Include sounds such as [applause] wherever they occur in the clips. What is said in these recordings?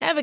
Ever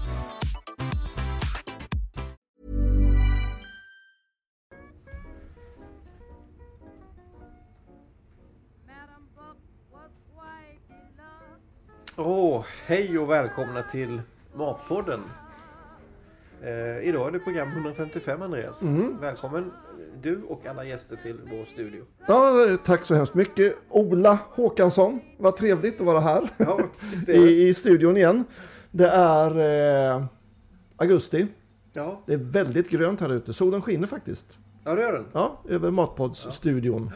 Åh, hej och välkomna till Matpodden. Eh, idag är det program 155 Andreas. Mm. Välkommen eh, du och alla gäster till vår studio. Ja, tack så hemskt mycket. Ola Håkansson, vad trevligt att vara här [laughs] Ja, visst är det. i, i studion igen. Det är eh, augusti. Ja, Det är väldigt grönt här ute. Solen skiner faktiskt. ja det gör den. Ja, över Matpods-studion.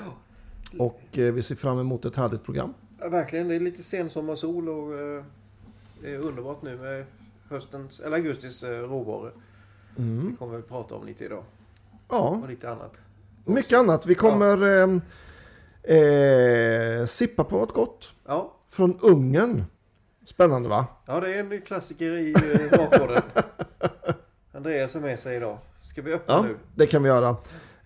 Och eh, vi ser fram emot ett härligt program. Ja, verkligen, det är lite sensommarsol och eh, det är underbart nu med höstens, eller augustis eh, råvaror. Mm. Det kommer vi prata om lite idag. Ja, Och lite annat. mycket annat. Vi kommer eh, eh, sippa på något gott Ja, från Ungern. Spännande va? ja det är en klassiker i [laughs] eh, Matpodden. Andreas är med sig idag. Ska vi öppna Ja, nu? det kan vi göra.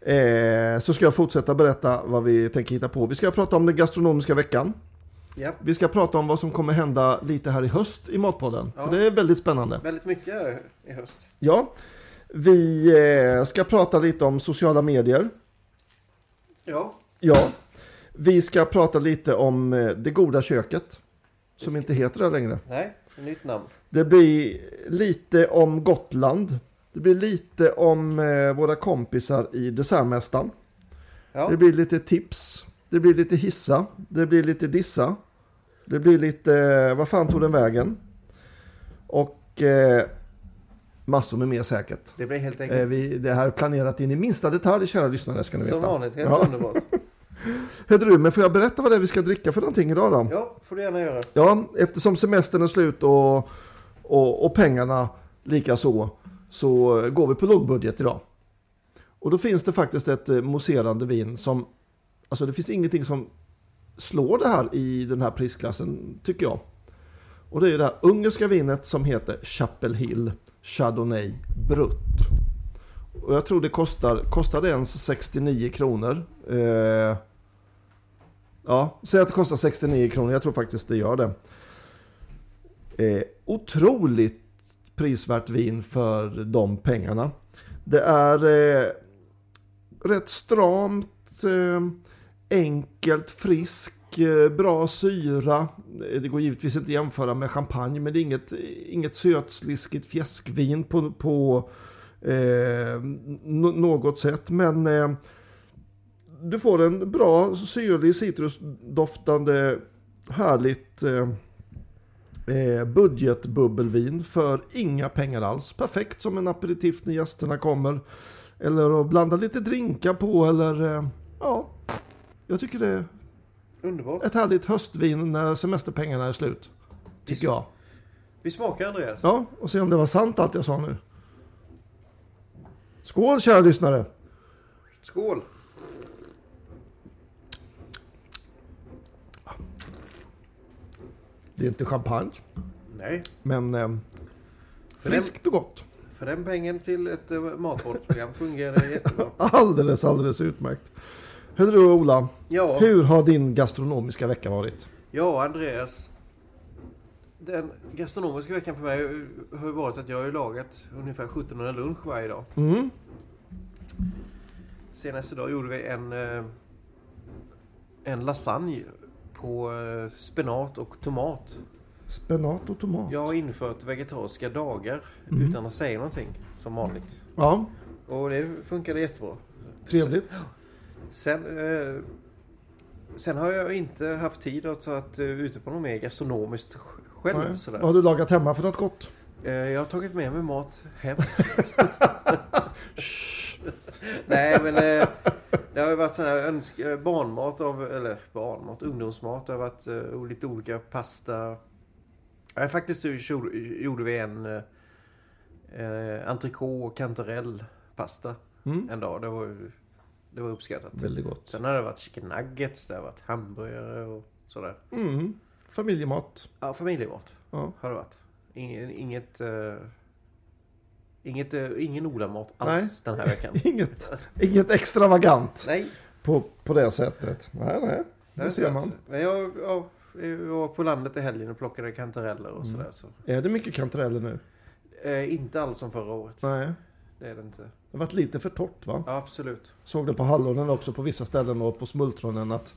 Eh, så ska jag fortsätta berätta vad vi tänker hitta på. Vi ska prata om den gastronomiska veckan. Ja, Vi ska prata om vad som kommer hända lite här i höst i Matpodden. Ja. För det är väldigt spännande. väldigt mycket i höst. Ja, vi eh, ska prata lite om sociala medier. Ja, Ja, vi ska prata lite om eh, det goda köket. Som inte heter det längre. nej, nytt namn. Det blir lite om Gotland. Det blir lite om eh, våra kompisar i Dessertmästaren. Ja, Det blir lite tips. Det blir lite hissa. Det blir lite dissa. Det blir lite, eh, vad fan tog den vägen? Och eh, massor med mer säkert. det blir helt Eh, enkelt vi, det här är planerat in i minsta detalj, kära lyssnare, ska ni som veta. vanligt helt Ja. underbart. Hörde du, men får jag berätta vad det är vi ska dricka för någonting idag då? Ja, får du gärna göra. Ja, eftersom semestern är slut och, och, och pengarna lika så, så går vi på lågbudget idag. Och då finns det faktiskt ett eh, mousserande vin som, alltså det finns ingenting som slår det här i den här prisklassen, tycker jag. Och det är det här ungerska vinet som heter Chapel Hill Chardonnay Brut. Och jag tror det kostar, kostar det ens 69 kronor? Eh, Ja, säg att det kostar 69 kronor. Jag tror faktiskt det gör det. Eh, otroligt prisvärt vin för de pengarna. Det är eh, rätt stramt, eh, enkelt, frisk, eh, bra syra. Eh, Det går givetvis inte att jämföra med champagne, men det är inget, inget sötsliskigt fjäskvin på, på eh, n- något sätt. Men eh, du får en bra syrlig citrusdoftande härligt eh, eh, budgetbubbelvin för inga pengar alls. Perfekt som en aperitif när gästerna kommer. Eller att blanda lite drinkar på eller eh, ja. Jag tycker det är Underbart. ett härligt höstvin när semesterpengarna är slut. Tycker jag. Vi smakar Andreas. Ja, och se om det var sant allt jag sa nu. Skål kära lyssnare! Skål! Det är inte champagne, Nej, men eh, friskt och gott. för den pengen till ett eh, matvårdsprogram fungerar [laughs] det jättebra. Alldeles, alldeles utmärkt. Hörru du Ola, Ja, hur har din gastronomiska vecka varit? ja Andreas. Den gastronomiska veckan för mig eh, har ju varit att jag har ju lagat ungefär 1700 lunch varje dag. Mm. Senast idag gjorde vi en, eh, en lasagne på eh, spenat och tomat. Spenat och tomat. Jag har infört vegetariska dagar Mm. utan att säga någonting som vanligt. Ja, Och det funkade jättebra. trevligt. Sen, eh, sen har jag inte haft tid att ta att, eh, ute på något mer gastronomiskt sj- själv. Nej. Sådär. Vad har du lagat hemma för något gott? Eh, jag har tagit med mig mat [laughs] hem. Nej men eh, det har ju varit sån här önsk- eh, barnmat av, eller barnmat, ungdomsmat. Det har varit eh, lite olika pasta. Nej, faktiskt så gjorde gjorde vi en, eh, eh, entrecote och kantarellpasta Mm. en dag. Det var, ju- det var uppskattat. Väldigt gott. Sen har det varit chicken nuggets, det har varit hamburgare och sådär. Mm. Familjemat. Ja, familjemat Ja. har det varit. Inget... inget eh, Inget, eh, ingen olamat Nej. alls den här [laughs] veckan. Inget, inget extravagant Nej, på, på det sättet. Nej, nej. det är Det ser man. skönt. Men jag, ja, jag var på landet i helgen och plockade kantareller Mm. och sådär. Så. Är det mycket kantareller nu? Eh, inte alls som förra året. Nej. Det är det inte. Det har varit lite för torrt va? Ja, absolut. Såg det på hallonen också på vissa ställen och på smultronen att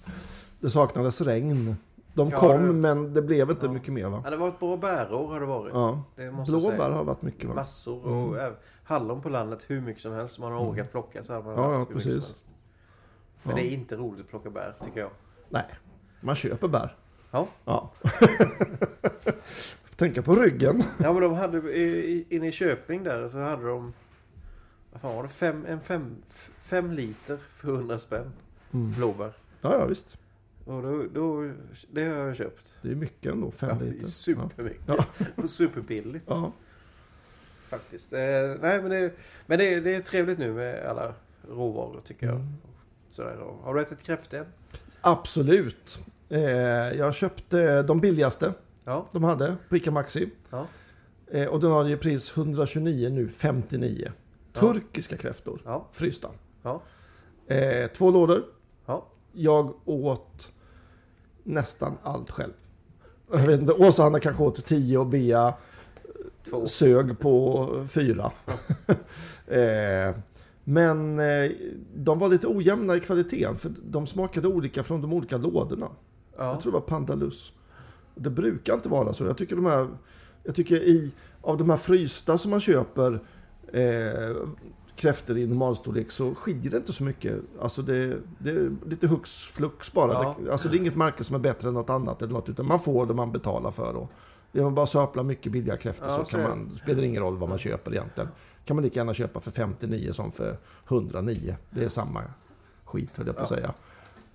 det saknades regn. De Ja, kom det- men det blev inte Ja. mycket mer va? Ja, det var ett bra bärår har det varit. Ja. Det måste jag Blåbär säga. har varit Mm. mycket va? Massor. Och även hallon på landet hur mycket som helst. Man har orkat plocka så har man Mm. Ja, haft ja, hur mycket precis. som helst. Men Ja. det är inte roligt att plocka bär tycker jag. Nej, man köper bär. Ja, Ja. [laughs] Tänka på ryggen. ja men de hade i- i- inne i Köping där så hade de vad fan var det? Fem, en fem, f- fem liter för 100 spänn blåbär. Ja, ja visst. Och då, då, det har jag köpt. Det är mycket ändå, fem Ja, det är liter. supermycket. Ja. Och superbilligt. Ja. Faktiskt. Eh, nej, men det, men det, det är trevligt nu med alla råvaror tycker jag. Mm. Sådär. Och Har du ätit kräftor än? Absolut. Eh, jag köpte de billigaste Ja. de hade på Ica Maxi. Ja. Eh, och den har ju pris 129 nu, 59. Ja. Turkiska kräftor, Ja. frysta. Ja. Eh, två lådor. Ja. Jag åt nästan allt själv. Jag vet inte, Åsa Hanna kanske åt 10 och Bea Två. sög på fyra. [laughs] eh, men eh, de var lite ojämna i kvaliteten för de smakade olika från de olika lådorna. Ja. Jag tror det var Pandalus. Det brukar inte vara så. Jag tycker de här, jag tycker i, av de här frysta som man köper eh, kräftor i normalstorlek så skiljer det inte så mycket. Alltså det, det är lite hux flux bara. Ja. Det, alltså det är inget märke som är bättre än något annat eller något, utan man får det man betalar för. Och vill man bara söpla mycket billiga kräftor Ja, så, så kan är man, det spelar det ingen roll vad man köper egentligen. kan man lika gärna köpa för 59 som för 109. Det är samma skit höll jag på att säga.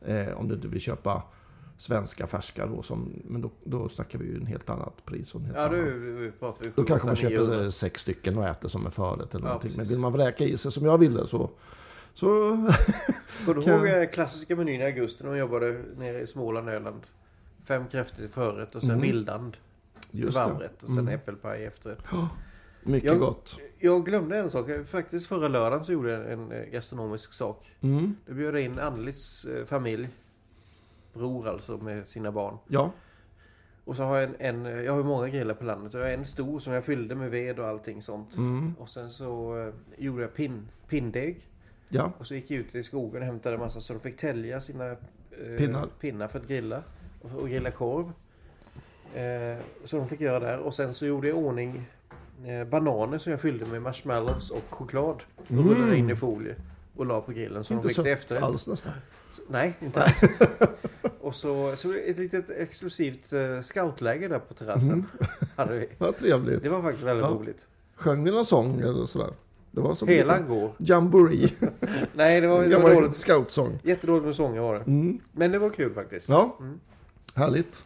Eh, om du inte vill köpa svenska färska då, som, men då, då snackar vi ju en helt annat pris. Och en helt Ja, annan. du pratar vi Då kanske man 700, köper 900. eh, sex stycken och äter som en förrätt eller Ja, någonting. Men precis. vill man vräka i sig som jag ville så... så Kommer du kan- ihåg eh, klassiska menyn i augusti när man jobbade nere i Småland, Öland? Fem kräftor i förrätt och sen Mm. vildand till just det. Mm. varmrätt och sen äppelpaj i efterrätt. Mycket Jag- gott. Jag glömde en sak. Faktiskt förra lördagen så gjorde jag en eh, gastronomisk sak. Mm. Då bjöd jag in Annelies eh, familj, bror alltså, med sina barn. Ja. Och så har jag en, en jag har ju många grillar på landet. Jag har en stor som jag fyllde med ved och allting sånt. Mm. Och sen så eh, gjorde jag pin, pindeg. ja. Och så gick jag ut i skogen och hämtade en massa så de fick tälja sina eh, Pinnar. pinnar för att grilla. Och, och grilla korv. Eh, så de fick göra där. Och sen så gjorde jag i ordning eh, bananer som jag fyllde med marshmallows och choklad. Och rullade in i folie. Och la på grillen så de Mm. Inte fick det sött efterrätt. alls nästan. Så- Nej, inte alls. [laughs] och så, så ett litet exklusivt eh, scoutläger där på terrassen. [laughs] Hade vi. Vad trevligt. Det var faktiskt väldigt Mm. Ja. roligt. Sjöng ni någon sång eller sådär? Det var som Hela en går. jamboree. Nej, det var, En det var gammal dåligt. scoutsång. Mm. Jättedåligt med sånger var det. Men det var kul faktiskt. Ja, härligt.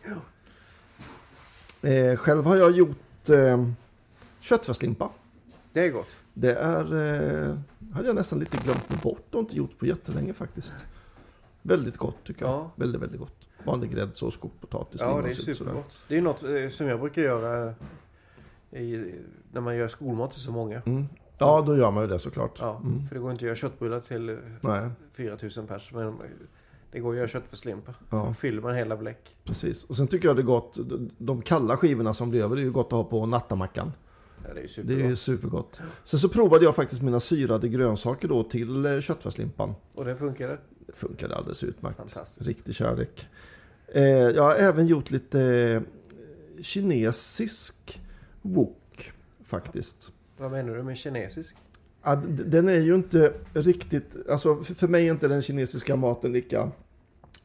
Eh, själv har jag gjort eh, köttfärslimpa. Det är gott. Det är, eh, hade jag nästan lite glömt bort och inte gjort på jättelänge faktiskt. Väldigt gott tycker jag. Ja. Väldigt, väldigt gott. Vanlig gräddsås, kokt potatis, Ja, det är lingonsylt, sådär. supergott. Det är något eh, som jag brukar göra i, när man gör skolmat till så många. Mm. Ja, då gör man ju det såklart. Mm. Ja, För det går inte att göra köttbullar till eh, Nej, 4000 pers. Men det går att göra köttfärslimpa. Ja. Då fyller man hela bläck. precis. Och sen tycker jag det är gott, de kalla skivorna som blir över, det är ju gott att ha på nattamackan. Ja, det är ju Det är supergott. ju supergott. Sen så provade jag faktiskt mina syrade grönsaker då till eh, köttfärslimpan. Och det funkade. Det funkade alldeles utmärkt. Fantastiskt. Riktig kärlek. Eh, jag har även gjort lite eh, kinesisk wok faktiskt. Vad menar du med kinesisk? Ja, d- Den är ju inte riktigt, alltså för för mig är inte den kinesiska maten lika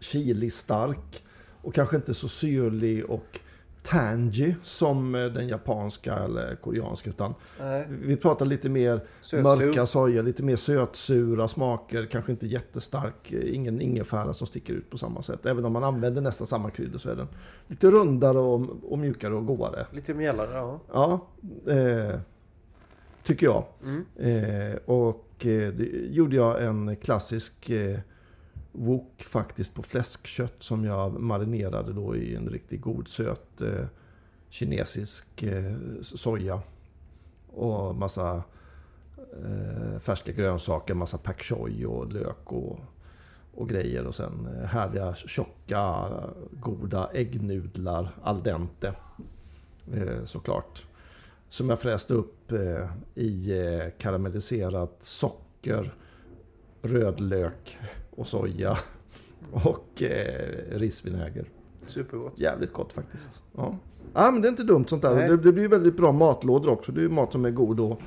chili stark och kanske inte så syrlig och tangy som eh, den japanska eller koreanska utan Nej, vi pratar lite mer Sötsur. mörka soja, lite mer sötsura smaker, kanske inte jättestark, eh, ingen ingefära som sticker ut på samma sätt. Även om man använder nästan samma kryddor så är den lite rundare och, och mjukare och godare. lite mjällare. Ja. Ja, eh, tycker jag. Mm. Eh, och eh, det gjorde jag en klassisk eh, wok faktiskt på fläskkött som jag marinerade då i en riktigt god söt eh, kinesisk eh, soja. Och massa eh, färska grönsaker, massa pak choi och lök och, och grejer. Och sen eh, härliga tjocka goda äggnudlar al dente. Eh, såklart. Som jag fräste upp eh, i eh, karamelliserat socker, rödlök och soja [laughs] och eh, risvinäger. Supergott. Jävligt gott faktiskt. Ja. ja, men det är inte dumt sånt där. Nej. Det, det blir väldigt bra matlådor också. Det är ju mat som är god att,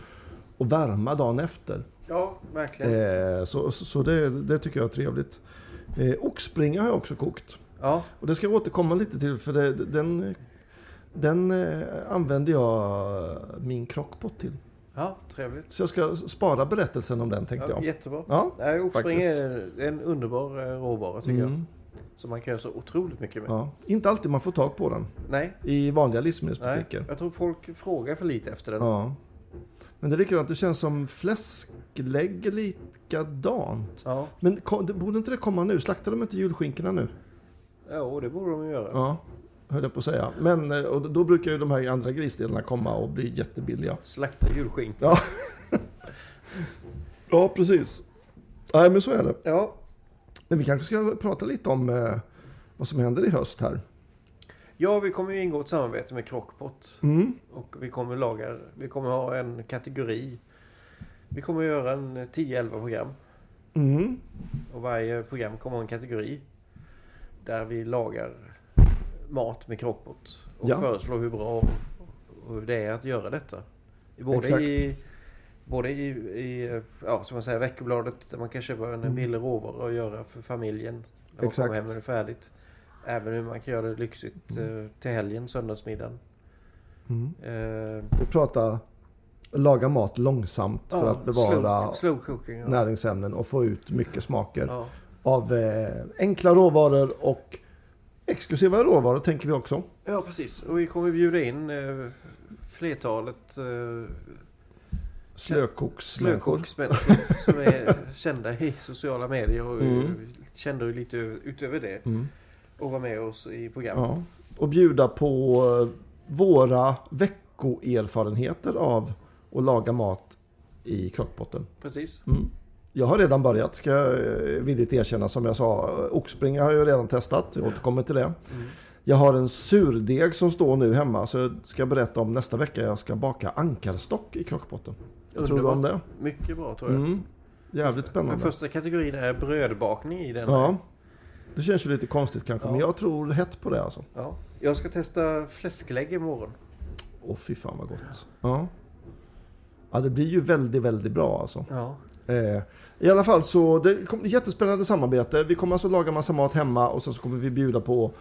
att värma dagen efter. Ja, verkligen. Eh, så så- så det, det tycker jag är trevligt. Eh, oxspringa har jag också kokt. Ja, Och det ska jag återkomma lite till för det, den, den eh, använder jag min krockpot till. ja trevligt. Så jag ska spara berättelsen om den tänkte Ja, jag. jättebra. Ja, Nej, oxspring faktiskt. är en underbar eh, råvara tycker jag. mm, Som man kan göra så otroligt mycket med. ja. Inte alltid man får tag på den Nej, i vanliga nej. livsmedelsbutiker. Jag tror folk frågar för lite efter den. Ja. Men det är likadant, det känns som fläsklägg är likadant. Ja, Men kom, det- borde inte det komma nu? Slaktar de inte julskinkorna nu? ja och det borde de ju göra. Ja, höll jag på att säga. Men eh, och då brukar ju de här andra grisdelarna komma och bli jättebilliga. Slakta julskink. Ja, precis. Nej, men så är det. Ja, Men vi kanske ska prata lite om eh, vad som händer i höst här. ja vi kommer ju ingå ett samarbete med Crockpot. Mm. Och vi kommer laga, vi kommer ha en kategori. Vi kommer göra en 10-11 program. Mm. Och varje program kommer ha en kategori. Där vi lagar mat med Crockpot. Och Ja. föreslår hur bra och hur det är att göra detta. Både Exakt. i... Både i, i ja, som man säger, veckobladet där man kan köpa en Mm. billig råvara och göra för familjen. När man Exakt. kommer hem och det är färdigt. Även hur man kan göra det lyxigt eh, till helgen, söndagsmiddagen. Mm. Eh, Vi pratar laga mat långsamt för ja, att bevara Slow, slow cooking. Ja. näringsämnen och få ut mycket smaker Ja. av eh, enkla råvaror och exklusiva råvaror tänker vi också. ja, precis. Och vi kommer bjuda in eh, flertalet eh, Slökoksmänniskor. slökoksmänniskor som är kända i sociala medier och Mm. eh, kända lite ö- utöver det. Mm. Och vara med oss i programmet. Ja. Och bjuda på eh, våra veckoerfarenheter av att laga mat i krockbotten. Precis. Mm. Jag har redan börjat, ska jag eh, villigt erkänna. Som jag sa, eh, oxspringa har jag redan testat. Jag återkommer till det. Mm. Jag har en surdeg som står nu hemma. Så jag ska berätta om nästa vecka. Jag ska baka ankarstock i krockbotten. Vad tror du om det? Mycket bra tror jag. Mm. Jävligt spännande. Den första kategorin är brödbakning i den. Ja. Det känns ju lite konstigt kanske. Ja. Men jag tror hett på det alltså. Ja. Jag ska testa fläsklägg imorgon. Åh fy fan vad gott. Ja. Ja det blir ju väldigt, väldigt bra alltså. Ja. Eh, I alla fall så, det kommer jättespännande samarbete. Vi kommer alltså laga massa mat hemma och sen så kommer vi bjuda på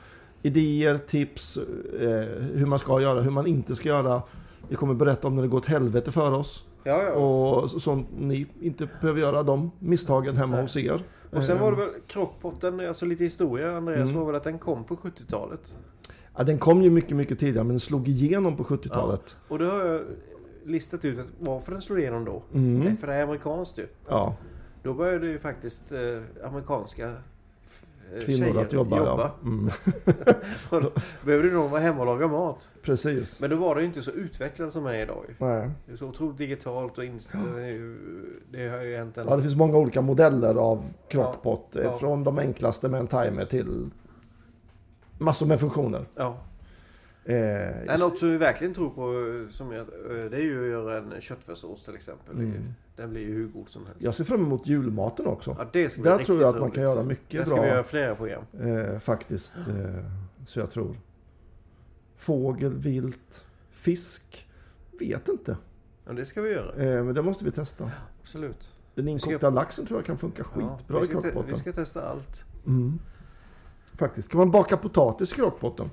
idéer, tips, eh, hur man ska göra, hur man inte ska göra. Vi kommer berätta om när det går åt helvete för oss Ja, ja. och så- sånt ni inte behöver göra, de misstagen hemma Nej. hos er. Och sen Eh, var det väl krockpotten, alltså lite historia Andreas, Mm. var väl att den kom på 70-talet. Eh, ja, den kom ju mycket, mycket tidigare men den slog igenom på 70-talet. Och då har jag listat ut att varför den slog igenom då. Det är Mm. för det är amerikanskt ju. Ja. Då började ju faktiskt eh, amerikanska eh, Kvinnor tjejer att jobba, jobba. Ja. Mm. [laughs] Och då behövde någon vara hemma och laga mat. Precis. Men då var det ju inte så utvecklat som det är idag ju. Nej. Det är så otroligt digitalt och inställt. Det, är ju- det har ju hänt en... Ja, det finns många olika modeller av crockpot. Ja, ja. Från de enklaste med en timer till massor med funktioner. Ja. Eh, Nej, något som vi verkligen tror på eh, som jag, eh, det är ju att göra en köttfärssås till exempel. Det är ju- Mm. Den blir ju hur god som helst. jag ser fram emot julmaten också. Ja, det ska bli Där riktigt tror jag att roligt. man kan göra Där mycket ska bra vi göra flera program. eh, faktiskt. Eh, så jag tror. Fågel, vilt, fisk. Vet inte. Ja, det ska vi göra. Eh, men det måste vi testa. Absolut. Den ska- inkokta laxen tror jag kan funka skitbra ja, vi i ska te- Vi crockpotten. ska testa allt. Mm. Faktiskt. Kan man baka potatis i krockbotten?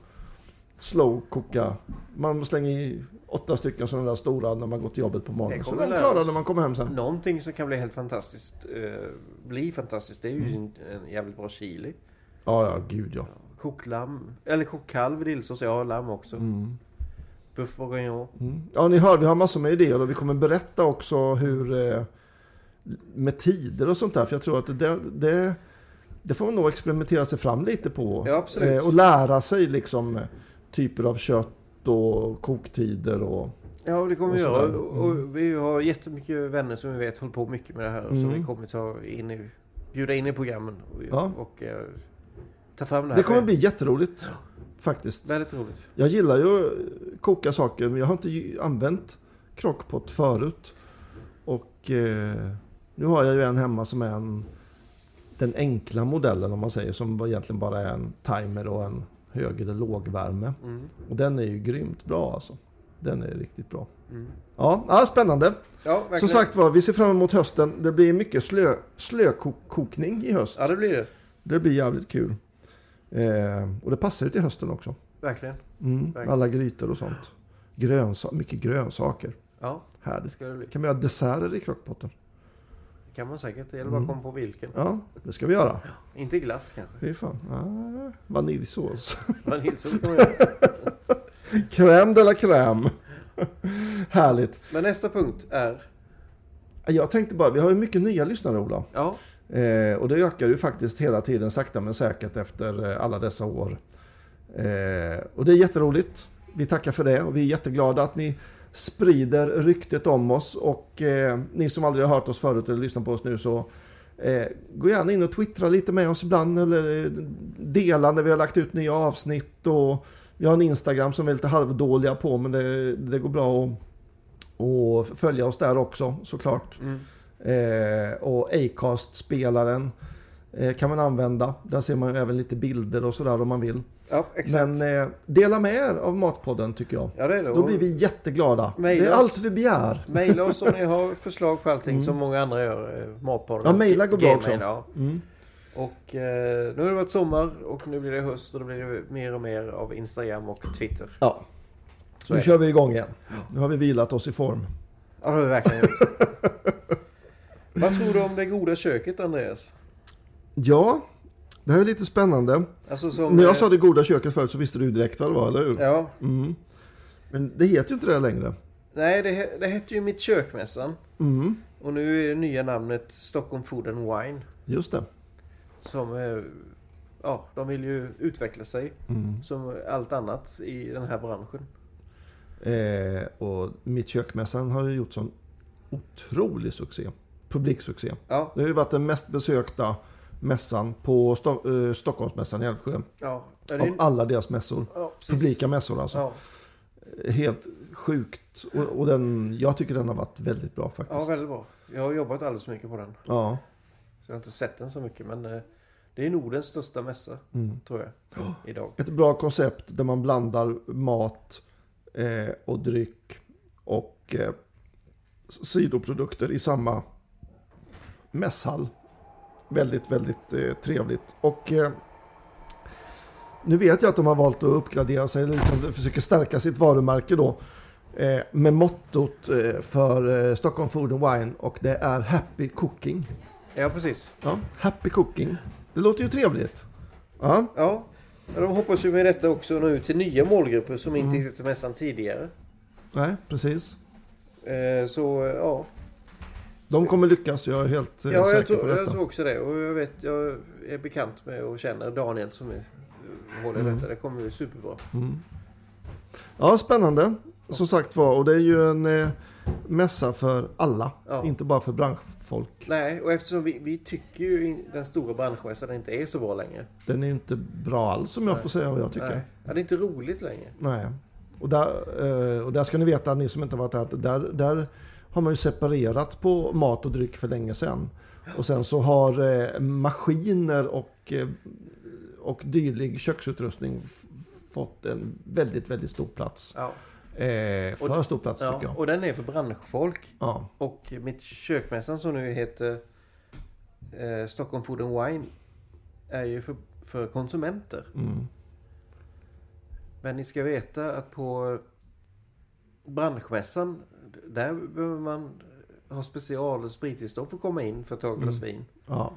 Slowcooka. Man slänger i åtta stycken sådana där stora när man går till jobbet på Det morgonen. Så kommer Mm. de är lära klara oss. när man kommer hem sen. Någonting som kan bli helt fantastiskt, eh, bli fantastiskt, det är Mm. ju en, en jävligt bra chili. Ja, ja, gud ja. Kokt lamm, eller kokt kalv i dillsås. Jag har lamm också. Mm. Buff bourguignon. Mm. Ja, ni hör, vi har massor med idéer och vi kommer berätta också hur eh, med tider och sånt där. För jag tror att det, det, det får man nog experimentera sig fram lite på. Ja, absolut. och lära sig liksom eh, typer av kött och koktider och... Ja, och det kommer vi Och Mm. göra. sådär. Och vi har jättemycket vänner som vi vet håller på mycket med det här. Som Mm. vi kommer ta in i, bjuda in i programmen. Och, Ja. och eh, ta fram det här. Det kommer bli jätteroligt faktiskt. Väldigt roligt. Jag gillar ju att koka saker men jag har inte ju- använt crockpot förut. Och eh, nu har jag ju en hemma som är en, den enkla modellen om man säger som bara- egentligen bara är en timer och en hög eller lågvärme. Mm. Och den är ju grymt bra alltså. Den är riktigt bra. Mm. Ja, ja spännande. Ja, verkligen. Som sagt var, vi ser fram emot hösten. Det blir mycket slö, slökokning i höst. Ja, det blir det. Det blir jävligt kul. Eh, och det passar ju till hösten också. Verkligen. Mm, Verkligen. alla grytor och sånt. Grönsa mycket grönsaker. Ja, det Härligt. ska det bli. Kan vi göra desserter i crockpotten? Det kan man säkert. Det gäller bara att Mm. komma på vilken. Ja, det ska vi göra. Inte glass kanske. Fy fan. Ah, vaniljsås. [laughs] Vaniljsås kan man göra. Crème de la crème. [laughs] Härligt. Men nästa punkt är... Jag tänkte bara, vi har ju mycket nya lyssnare Ola. Ja, Eh, och det ökar ju faktiskt hela tiden sakta men säkert efter eh, alla dessa år. Eh, och det är jätteroligt. Vi tackar för det och vi är jätteglada att ni sprider ryktet om oss. Och eh, ni som aldrig har hört oss förut eller lyssnat på oss nu så eh, gå gärna in och twittra lite med oss ibland eller eh, dela när vi har lagt ut nya avsnitt. Och vi har en Instagram som vi är lite halvdåliga på men det, det går bra att att följa oss där också såklart. mm. Eh, och Acast-spelaren eh, kan man använda. Där ser man ju även lite bilder och sådär om man vill. ja exakt. Men eh, dela med er av Matpodden tycker jag. Ja, det är det. Då blir vi jätteglada. Mejla det är oss. allt vi begär. Mejla oss om ni har förslag på allting som många andra gör. eh, Matpodden. Mm. Ja, mejla går bra Gmail, också. Ja. Mm. Och eh, nu har det varit sommar och nu blir det höst och då blir det mer och mer av Instagram och Twitter. Ja, Så nu är det. kör vi igång igen. Nu har vi vilat oss i form. Ja, det har vi verkligen [laughs] gjort. Vad tror du om det goda köket, Andreas? Ja, det här är lite spännande. Alltså som... När eh, jag sa det goda köket förut så visste du direkt vad det var, eller hur? Ja. Mm. Men det heter ju inte det längre. Nej, det, he- det hette ju Mitt kökmässan. Mm. Och nu är det nya namnet Stockholm Food and Wine. Just det. Som... eh, Ja, de vill ju utveckla sig. Mm. Som allt annat i den här branschen. Eh, och Mitt kökmässan har ju gjort sån otrolig succé. Publiksuccé. Ja, Det har ju varit den mest besökta mässan på Sto- eh, Stockholmsmässan i Älvsjö. ja. ja, det är- Av alla deras mässor. ja, precis. Publika mässor alltså. Ja, Helt sjukt. Och, och den, jag tycker den har varit väldigt bra faktiskt. ja, väldigt bra. Jag har jobbat alldeles för mycket på den. Ja. Så jag har inte sett den så mycket. Men eh, det är Nordens största mässa, Mm. tror jag. [gasps] Idag. Ett bra koncept där man blandar mat eh, och dryck och eh, s- sidoprodukter i samma mässhall. Väldigt, väldigt eh, trevligt. Och eh, nu vet jag att de har valt att uppgradera sig, eller liksom försöker stärka sitt varumärke då. Eh, med mottot eh, för eh, Stockholm Food and Wine och det är Happy Cooking. Ja, precis. Ja, happy Cooking. Det låter ju trevligt. Ja, Ja, men de hoppas ju med detta också nå ut till nya målgrupper som Mm. inte gick till mässan tidigare. nej, precis. Eh, Så eh, ja, De kommer lyckas, jag är helt eh, ja säker jag, tror, på detta. jag tror också det. Och jag vet, jag är bekant med och känner Daniel som är, håller Mm. detta. Det kommer bli superbra. Mm. Ja, spännande. Som sagt var, och det är ju en eh, mässa för alla. Ja. Inte bara för branschfolk. Nej, och eftersom vi, vi tycker ju i den stora branschmässan inte är så bra längre. Den är ju inte bra alls om jag Nej. får säga vad jag tycker. Nej. Nej. Ja, det är inte roligt längre. Och, där, eh, och där ska ni veta, ni som inte har varit där, att där, där har man ju separerat på mat och dryck för länge sedan. Och sen så har eh, maskiner och, eh, och dylig köksutrustning f- fått en väldigt, väldigt stor plats. Ja. Eh, för stor plats tycker Ja, jag. och den är för branschfolk. Ja. Och mitt kökmässan som nu heter eh, Stockholm Food and Wine är ju för, för konsumenter. Mm. Men ni ska veta att på branschmässan där behöver man ha special sprittillstånd för att komma in för att ta ett glas Mm. vin. ja,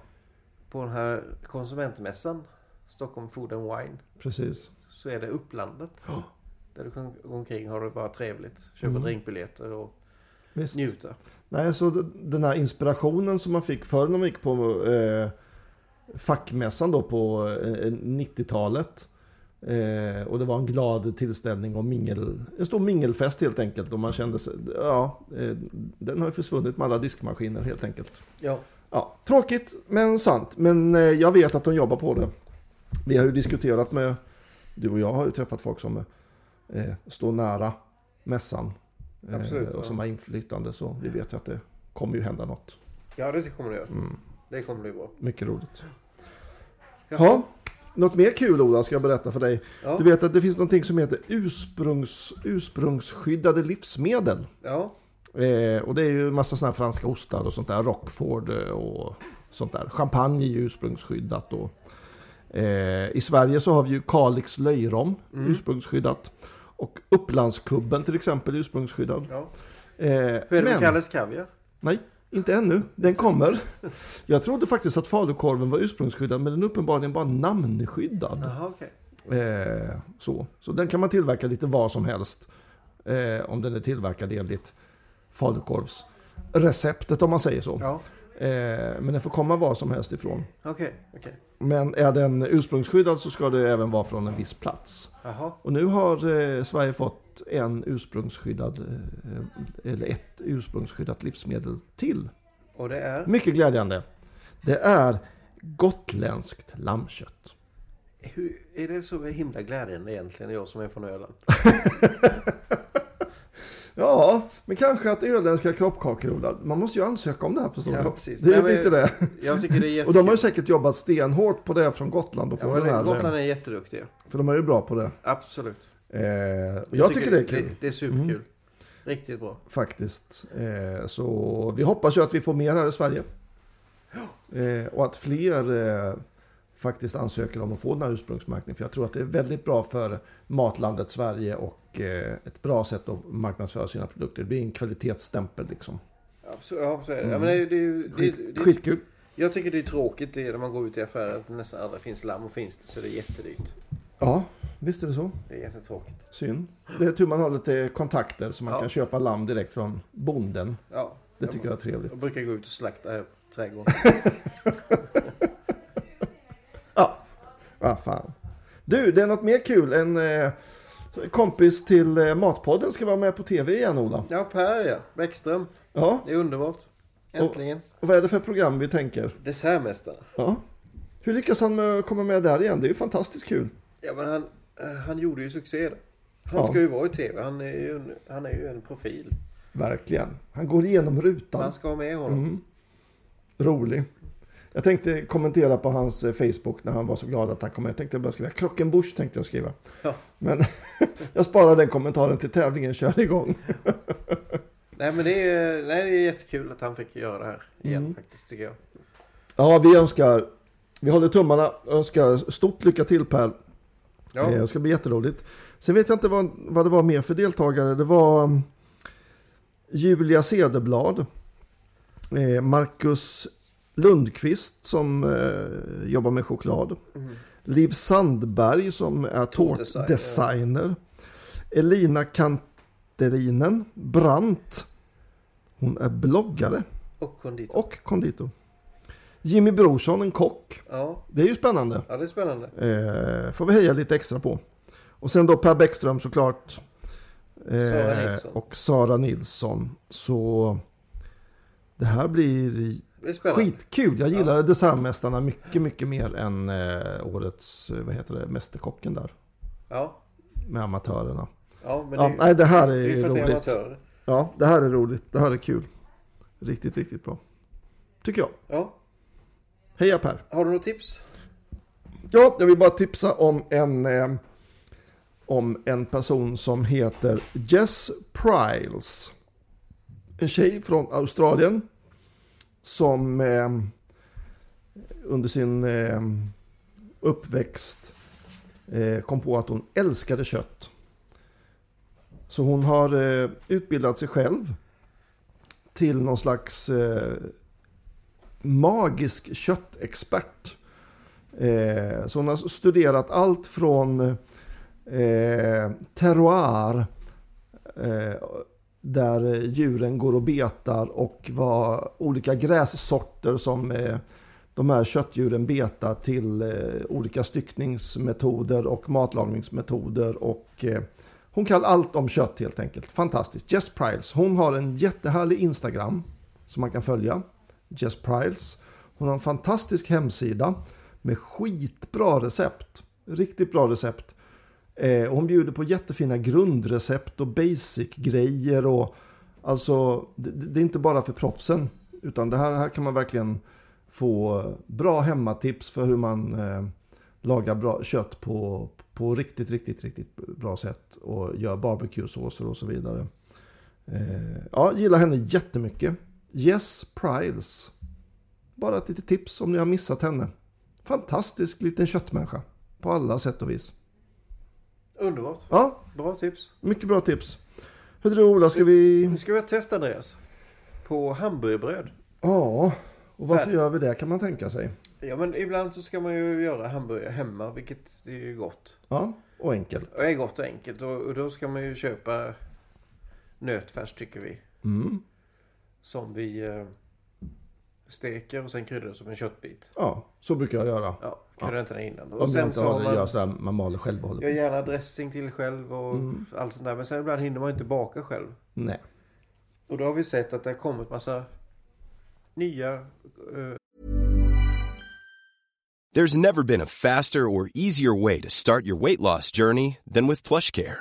På den här konsumentmässan Stockholm Food and Wine precis. så är det upplandet. Där du kan gå omkring har du bara trevligt. Köpa Mm. drinkbiljetter och Visst. njuta. Nej, så d- den här inspirationen som man fick förr när man gick på eh, fackmässan då på eh, 90-talet. Eh, och det var en glad tillställning och mingel, en stor mingelfest helt enkelt. Och man kände sig, ja, eh, den har ju försvunnit med alla diskmaskiner helt enkelt. Ja, Ja, tråkigt men sant. Men eh, jag vet att de jobbar på det. Vi har ju diskuterat med, du och jag har ju träffat folk som eh, står nära mässan. eh, Absolut, ja. Och som har inflytande så vi vet ju att det kommer ju hända något. ja det kommer det göra. Mm. Det kommer bli bra. Mycket roligt. Ja. Ja, något mer kul Ola ska jag berätta för dig. Ja, Du vet att det finns någonting som heter ursprungs, ursprungsskyddade livsmedel. ja. Eh, och det är ju en massa sådana här franska ostar och sånt där, Rockford eh, och sånt där. Champagne är ju ursprungsskyddat och eh, i Sverige så har vi ju Kalix löjrom, Mm. ursprungsskyddat. Och Upplandskubben till exempel är ursprungsskyddad. ja. Eh, Hur är det men- med Kalles Kaviar? Nej, inte ännu. Den kommer. Jag trodde faktiskt att falukorven var ursprungsskyddad, men den är uppenbarligen bara namnskyddad. Jaha, okej. Eh, så. så den kan man tillverka lite var som helst. Eh, om den är tillverkad enligt falukorvsreceptet, om man säger så. Ja, Eh, men den får komma var som helst ifrån. okej. okej. Men är den ursprungsskyddad så ska det även vara från en viss plats. Jaha, Och nu har eh, Sverige fått en ursprungsskyddad, eh, eller ett ursprungsskyddat livsmedel till. och det är? Mycket glädjande. Det är gotländskt lammkött. Hur, är det så himla glädjande egentligen, jag som är från Öland? Ja, men kanske att öländska kroppkakor, Ola. Man måste ju ansöka om det här förstår Ja, du. precis. Det är Nej, väl men- inte det. Jag tycker det är Och de har ju jättekul. säkert jobbat stenhårt på det här från Gotland och få Ja, den här. eh, men Gotland är jätteduktiga. För de är ju bra på det. Absolut. Eh, och jag tycker det är kul. Mm. Det, det är superkul. Riktigt bra. faktiskt. Eh, så vi hoppas ju att vi får mer här i Sverige. Eh, och att fler eh, faktiskt ansöker om att få den här ursprungsmärkningen. För jag tror att det är väldigt bra för matlandet Sverige och eh, ett bra sätt att marknadsföra sina produkter. Det blir en kvalitetsstämpel liksom. Absolut, ja, så är det. Ja, men det, är- det, är ju- det, Mm. Skit, det, skitkul. jag tycker det är tråkigt det, när man går ut i affärer att nästan aldrig finns lamm och finns det så är det jättedyrt. Ja, visst är det så. Det är jättetråkigt. Synd. Det är tur man har lite kontakter så man Ja. kan köpa lamm direkt från bonden. Ja, Det tycker jag är trevligt. jag brukar gå ut och slakta här på trädgården. Vad Ah, fan. Du, det är något mer kul. En eh, kompis till eh, Matpodden ska vara med på tv igen, Ola. Ja, Per ja. Bäckström. Ja, Det är underbart. Äntligen. och vad är det för program vi tänker? Dessertmästaren. Ja. Hur lyckas han med att komma med där igen? Det är ju fantastiskt kul. Ja, men han, eh, han gjorde ju succé där. Han Ja. ska ju vara i tv. Han är ju en, han är ju en profil. Verkligen. Han går igenom rutan. Man ska ha med honom. Mm. Rolig. Jag tänkte kommentera på hans eh, Facebook när han var så glad att han kom med. Jag tänkte bara skriva Klockenbusch tänkte jag skriva. Ja. Men [laughs] jag sparar den kommentaren till tävlingen kör igång. Nej, men det är, nej, det är jättekul att han fick göra det här igen Mm. faktiskt, tycker jag. Ja, vi önskar, vi håller tummarna, önskar stort lycka till Per. Ja, Eh, Det ska bli jätteroligt. Sen vet jag inte vad, vad det var mer för deltagare. Det var mm, Julia Cederblad, eh, Marcus Lundqvist som eh, jobbar med choklad, Liv Sandberg som är Tårtdesigner. tårtdesigner, Elina Kanterinen Brandt, hon är bloggare och konditor. och konditor. Jimmy Brorsson, en kock. Ja, Det är ju spännande. ja, det är spännande. Eh, får vi heja lite extra på. Och sen då Per Bäckström såklart. Eh, Sara Nilsson. och Sara Nilsson. Så det här blir Det är spännande. skitkul. Jag gillade Designmästarna mycket, mycket mer än eh, årets, eh, vad heter det, Mästerkocken där. Ja, Med amatörerna. ja men ja, det, nej, det här är, det är ju för att det är roligt. amatörer. ja, det här är roligt. Det här är kul. Riktigt, riktigt bra. Tycker jag. Ja. Heja Per! Har du något tips? Ja, jag vill bara tipsa om en, eh, om en person som heter Jess Pryles. En tjej från Australien som eh, under sin eh, uppväxt eh, kom på att hon älskade kött. Så hon har eh, utbildat sig själv till någon slags eh, magisk köttexpert. Eh, så hon har studerat allt från eh, terroir eh, där eh, djuren går och betar och vad olika grässorter som eh, de här köttdjuren betar till eh, olika styckningsmetoder och matlagningsmetoder och eh, hon kan allt om kött helt enkelt. Fantastiskt. Jess Priles, hon har en jättehärlig Instagram som man kan följa. Jess Priles. Hon har en fantastisk hemsida med skitbra recept. Riktigt bra recept. Eh, och hon bjuder på jättefina grundrecept och basic-grejer. Och, alltså, det, det är inte bara för proffsen. Utan det här, här kan man verkligen få bra hemmatips för hur man eh, lagar bra kött på, på riktigt, riktigt, riktigt bra sätt. Och gör barbecuesåser och så vidare. Eh, ja, gillar henne jättemycket. Jess Priles. Bara ett litet tips om ni har missat henne. Fantastisk liten köttmänniska. På alla sätt och vis. Underbart. Ja, Bra tips. mycket bra tips. Hur tror du Ola, ska vi... Nu ska vi ha ett test Andreas. På hamburgerbröd. Ja, och varför Här. gör vi det kan man tänka sig. Ja men ibland så ska man ju göra hamburgare hemma vilket är ju gott. Ja, och enkelt. Och är gott och enkelt och, och då ska man ju köpa nötfärs tycker vi. Mm. Som vi eh, steker och sen kryddar som en köttbit. Ja, så brukar jag göra. Ja, kryddar inte den innan. Om Och jag sen inte så har har det, gör man, sådär, man maler själv och håller gör på. gärna dressing till själv och allt sånt där. Men sen ibland hinner man inte baka själv. Nej. Och då har vi sett att det har kommit massa nya eh, There's never been a faster or easier way to start your weight loss journey than with PlushCare.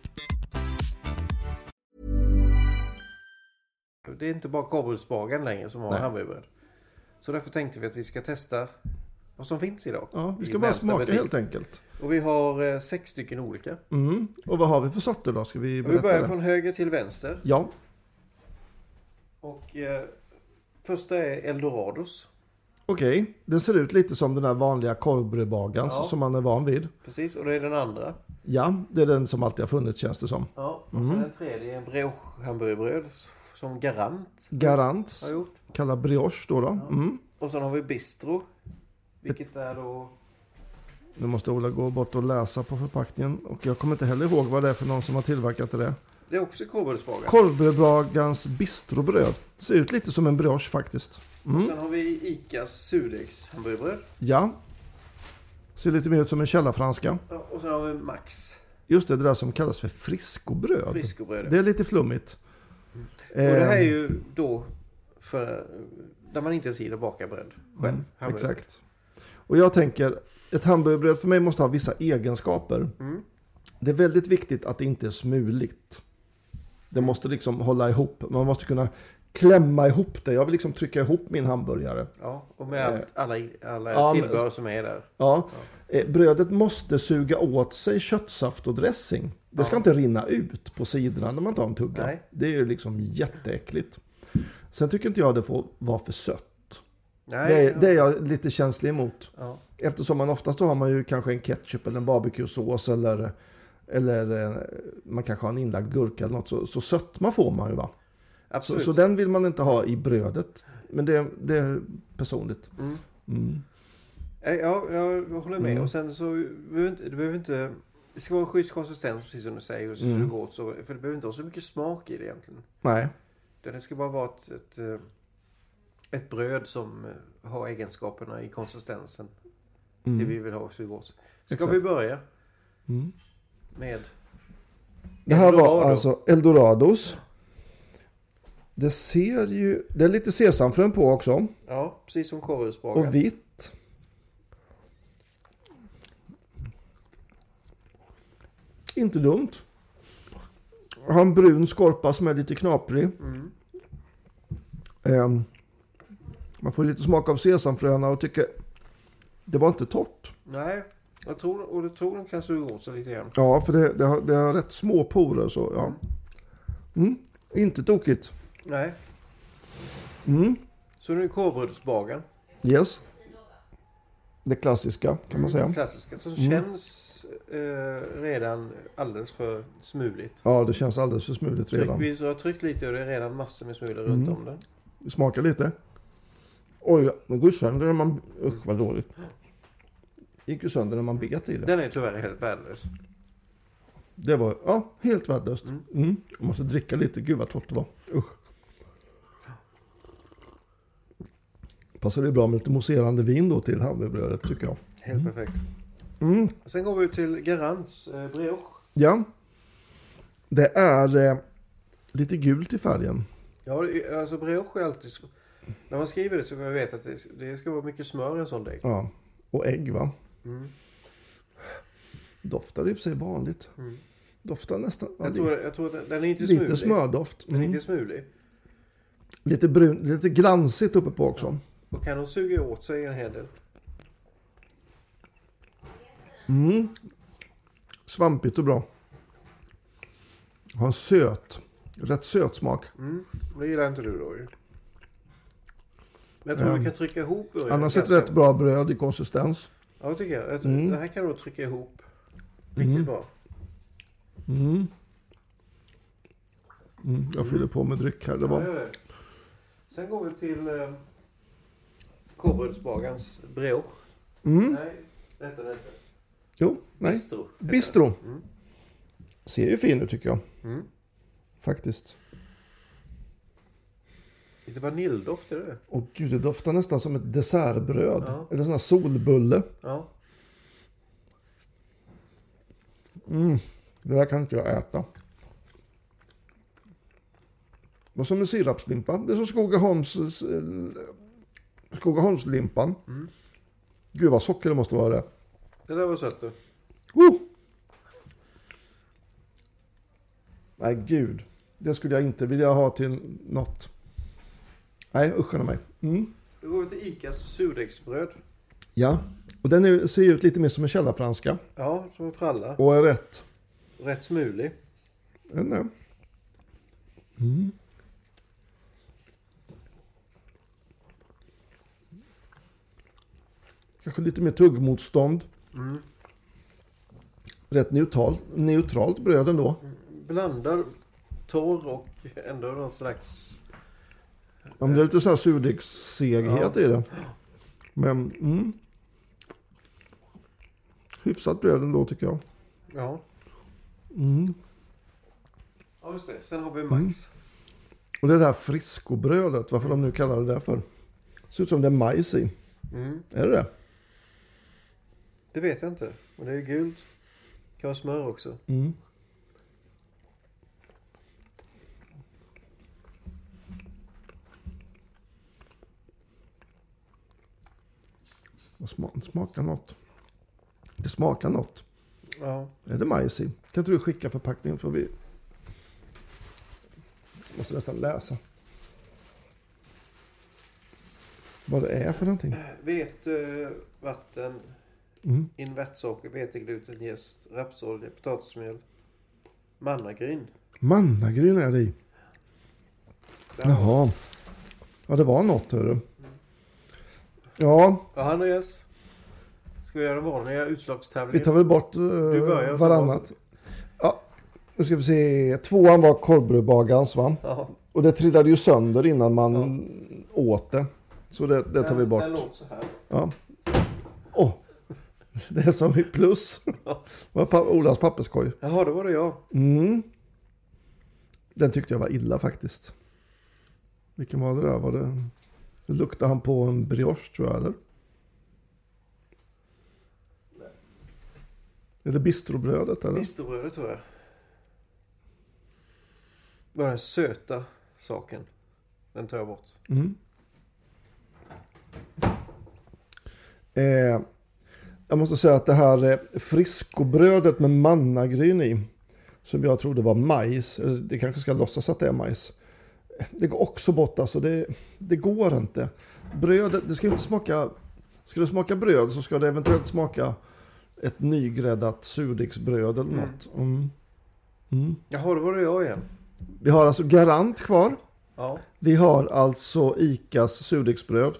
Det är inte bara Kålrötsbagaren längre som har Nej. hamburgerbröd. Så därför tänkte vi att vi ska testa vad som finns idag. Ja, vi i ska bara närmsta smaka butik. helt enkelt. Och vi har eh, sex stycken olika. Mm. Och vad har vi för sorter då? Ska vi Och vi berätta börjar det? från höger till vänster. Ja, Och eh, första är Eldorados. okej. Den ser ut lite som den här vanliga korvbrödbagaren Ja. som man är van vid. Precis, och det är den andra. Ja, det är den som alltid har funnits känns det som. Ja, och Mm. sen den tredje är en brioche hamburgerbröd. Som Garant Garants, har gjort. kallad brioche då. då. Mm. Och sen har vi Bistro. Vilket är då... Nu måste Ola gå bort och läsa på förpackningen. Och jag kommer inte heller ihåg vad det är för någon som har tillverkat det. Det är också Kålrötsbagaren. Korvbrödbagarens bistrobröd. Ser ut lite som en brioche faktiskt. Sen har vi Icas surdegshamburgerbröd. Ja. Ser lite mer ut som en källarfranska. Ja, Och sen har vi Max Just det, det där som kallas för friskobröd. friskobröd. Det är lite flummigt. Och det här är Ehm, ju då för där man inte har tid att baka bröd själv. mm, Hamburgare. Exakt. Och jag tänker, ett hamburgerbröd för mig måste ha vissa egenskaper. Det är väldigt viktigt att det inte är smuligt. Det måste liksom hålla ihop. Man måste kunna klämma ihop det. Jag vill liksom trycka ihop min hamburgare. Ja, och med allt, alla, alla Ehm. Ja, men- tillbehör som är där. Ja. Eh, Brödet måste suga åt sig köttsaft och dressing. Det ska inte rinna ut på sidorna när man tar en tugga. Nej. Det är ju liksom jätteäckligt. Sen tycker inte jag det får vara för sött. Nej, Det är, det är jag lite känslig emot. Ja. Eftersom man oftast har man ju kanske en ketchup eller en barbecuesås eller, eller eh, man kanske har en inlagd gurka eller något. Så, så sötma får man ju va? Så, absolut. så den vill man inte ha i brödet. Men det, det är personligt. Mm. Mm. Eh, Ja, jag håller med. Och sen så behöver inte, det behöver inte... Det ska vara en schysst konsistens precis som du säger. Och så Mm. hur det går åt så, för det behöver inte ha så mycket smak i det egentligen. Nej. Utan Det ska bara vara ett, ett, eh, ett bröd som eh, har egenskaperna i konsistensen. Det vi vill ha så gott. Ska Mm. Exakt. Mm. vi börja? Med Det här var Eldorado. alltså Eldorados. Det ser ju... Det är lite sesamfrön på också. Ja, precis som kålrotsspagat. Och vitt. Inte dumt. Har en brun skorpa som är lite knaprig. Ehm, man får lite smak av sesamfröna och tycker det var inte torrt. Nej, jag tror, och jag tror den kan suga åt sig lite grann. Ja, för det, det, har, det har rätt små porer så ja. Mm, inte tokigt. Nej. Mm, Så nu är kålrotsspagen. yes. Det klassiska kan man säga. Klassiska. Som Mm. känns eh, redan alldeles för smuligt. Ja, det känns alldeles för smuligt Tryck, redan. Mm. vi så har tryckt lite och det är redan massor med smulor runt om den. Smaka lite. Oj, den går ju sönder när man... Usch vad dåligt. Gick ju sönder när man bet i det. Den är tyvärr helt värdelös. Det var ja, helt värdelöst. Mm. Jag måste dricka lite. Gud vad torrt det var. Usch. Passar det bra med lite mousserande vin då till hamburgerbrödet tycker jag. Helt perfekt. Mm. Sen går vi ut till Garants eh, brioche. Ja. Det är eh, lite gult i färgen. Ja, det är- alltså brioche är alltid... så- När man skriver det så kan man veta att det, det ska vara mycket smör i en sån deg. Ja. Och ägg va? Doftar i och för sig vanligt. Doftar nästan... Ja, Jag tror, jag tror att den är inte smulig. lite smördoft. Den är Mm. inte smulig. Lite brun, lite glansigt uppe på också. Och kan de suga åt sig en hel del. Svampigt och bra. Har en söt, rätt söt smak. Mm, Det gillar inte du då ju. Men jag tror vi kan trycka ihop burgarna. Annars ett ganska- rätt bra bröd i konsistens. Ja, det tycker jag. jag tror- Det här kan du trycka ihop. Riktigt bra. Mm, jag fyller på med dryck här. Det Ja, var gör det. Sen går vi till eh, Kålrödsbagarens brioche. Nej, det heter det inte. jo, nej. Bistro. heter det. Bistro. Mm. Ser ju fin ut tycker jag. Faktiskt. Lite vaniljdoft, är det det? Och gud, det doftar nästan som ett dessertbröd. Ja. Eller sån här solbulle. Ja. Det där kan inte jag äta. Det var som en sirapslimpa. Det är som Skogaholms, eh, Skogaholmslimpan. Gud vad socker det måste vara det. Det där var sött du. Oh! Nej gud. Det skulle jag inte vilja ha till något. Nej uscharna mig. Mm. Då går vi till Icas surdegsbröd. Ja. Och den är, ser ju ut lite mer som en källarfranska. Ja, som en fralla. Och är rätt. Rätt smulig. Den är. Kanske lite mer tuggmotstånd. Rätt neutralt, neutralt bröd ändå. Blandad, torr och ändå någon slags... Ja, men det är lite så här surdegsseghet i det. Men, mm. Hyfsat bröd ändå tycker jag. Ja. Ja, just det. Sen har vi Mm. Max. Och det där friskobrödet, varför de nu kallar det där för. Ser ut som det är majs i. Är det det? Det vet jag inte. Men det är gult. Kan ha smör också. Det sma- smakar något. Det smakar något. Ja. Är det majs i? Kan inte du skicka förpackningen för vi... Måste nästan läsa. Vad det är för någonting. Vete, eh, vatten, Mm. invertsocker, vetegluten, jäst, rapsolja, potatismjöl, mannagryn. Mannagryn är det i. Där har vi. Jaha. Ja, det var något hörru. Ja, Ja, Andreas. Ska vi göra den vanliga vi utslagstävlingen? tar väl bort eh, börjar, jag tar varannat. Ja, nu ska vi se. Tvåan var korvbrödbagarens va? Ja. Och det trillade ju sönder innan man åt det. Så det, det tar vi Den- bort. Den låter så här. Ja. Åh! Det är som i plus. Ja. var pa- Olas papperskorg. Jaha, då var det jag. Mm. Den tyckte jag var illa faktiskt. Vilken var det där? Var det... det luktade han på en brioche tror jag eller? Är det bistrobrödet eller? Bisterbrödet tror jag. Bara den söta saken. Den tar jag bort. Mm. Eh, jag måste säga att det här eh, friskobrödet med mannagryn i, som jag trodde var majs, eller det kanske ska låtsas att det är majs, eh, det går också bort alltså. Det, det går inte. Bröd, det ska ju inte smaka... Ska det smaka bröd så ska det eventuellt smaka ett nygräddat surdegsbröd eller något. Mm. Jaha, det var det jag igen. Vi har alltså Garant kvar. Ja. Vi har alltså ICAs surdegsbröd.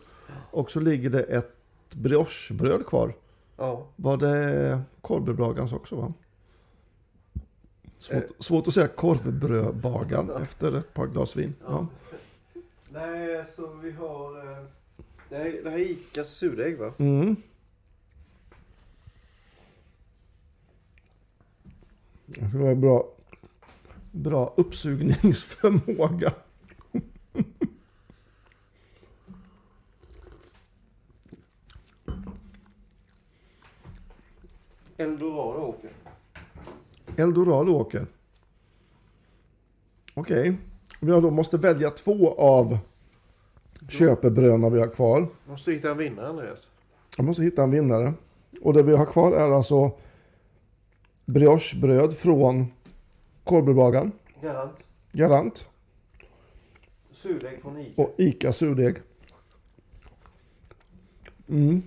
Och så ligger det ett briochebröd kvar. Ja. Var det korvbrödbagans också va? Svårt, svårt att säga korvbrödbagan efter ett par glas vin. Ja. Nej, så vi har... eh, Det här, det här är Icas surdeg va? Mm. Jag tror det är bra, bra uppsugningsförmåga. Eldorado åker. Eldorado åker. Okej. Om jag då måste välja två av köpebröna vi har kvar. Måste hitta en vinnare Andreas. Jag måste hitta en vinnare. Och det vi har kvar är alltså briochebröd från korvbrödbagaren. Garant. Garant. Surdeg från Ica. Och ICA surdeg. Mm.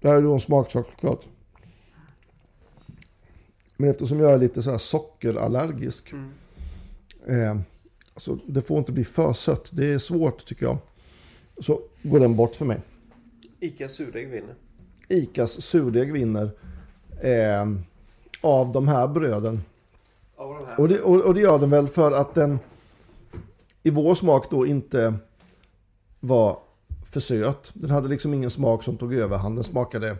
Det här är då en smaksak såklart. Men eftersom jag är lite så här sockerallergisk. Eh, så det får inte bli för sött. Det är svårt tycker jag. Så går den bort för mig. Icas surdeg vinner. ICAs surdeg vinner eh, av de här bröden. Av de här. Och det, och, och det gör den väl för att den i vår smak då inte var för söt. Den hade liksom ingen smak som tog överhand. Den smakade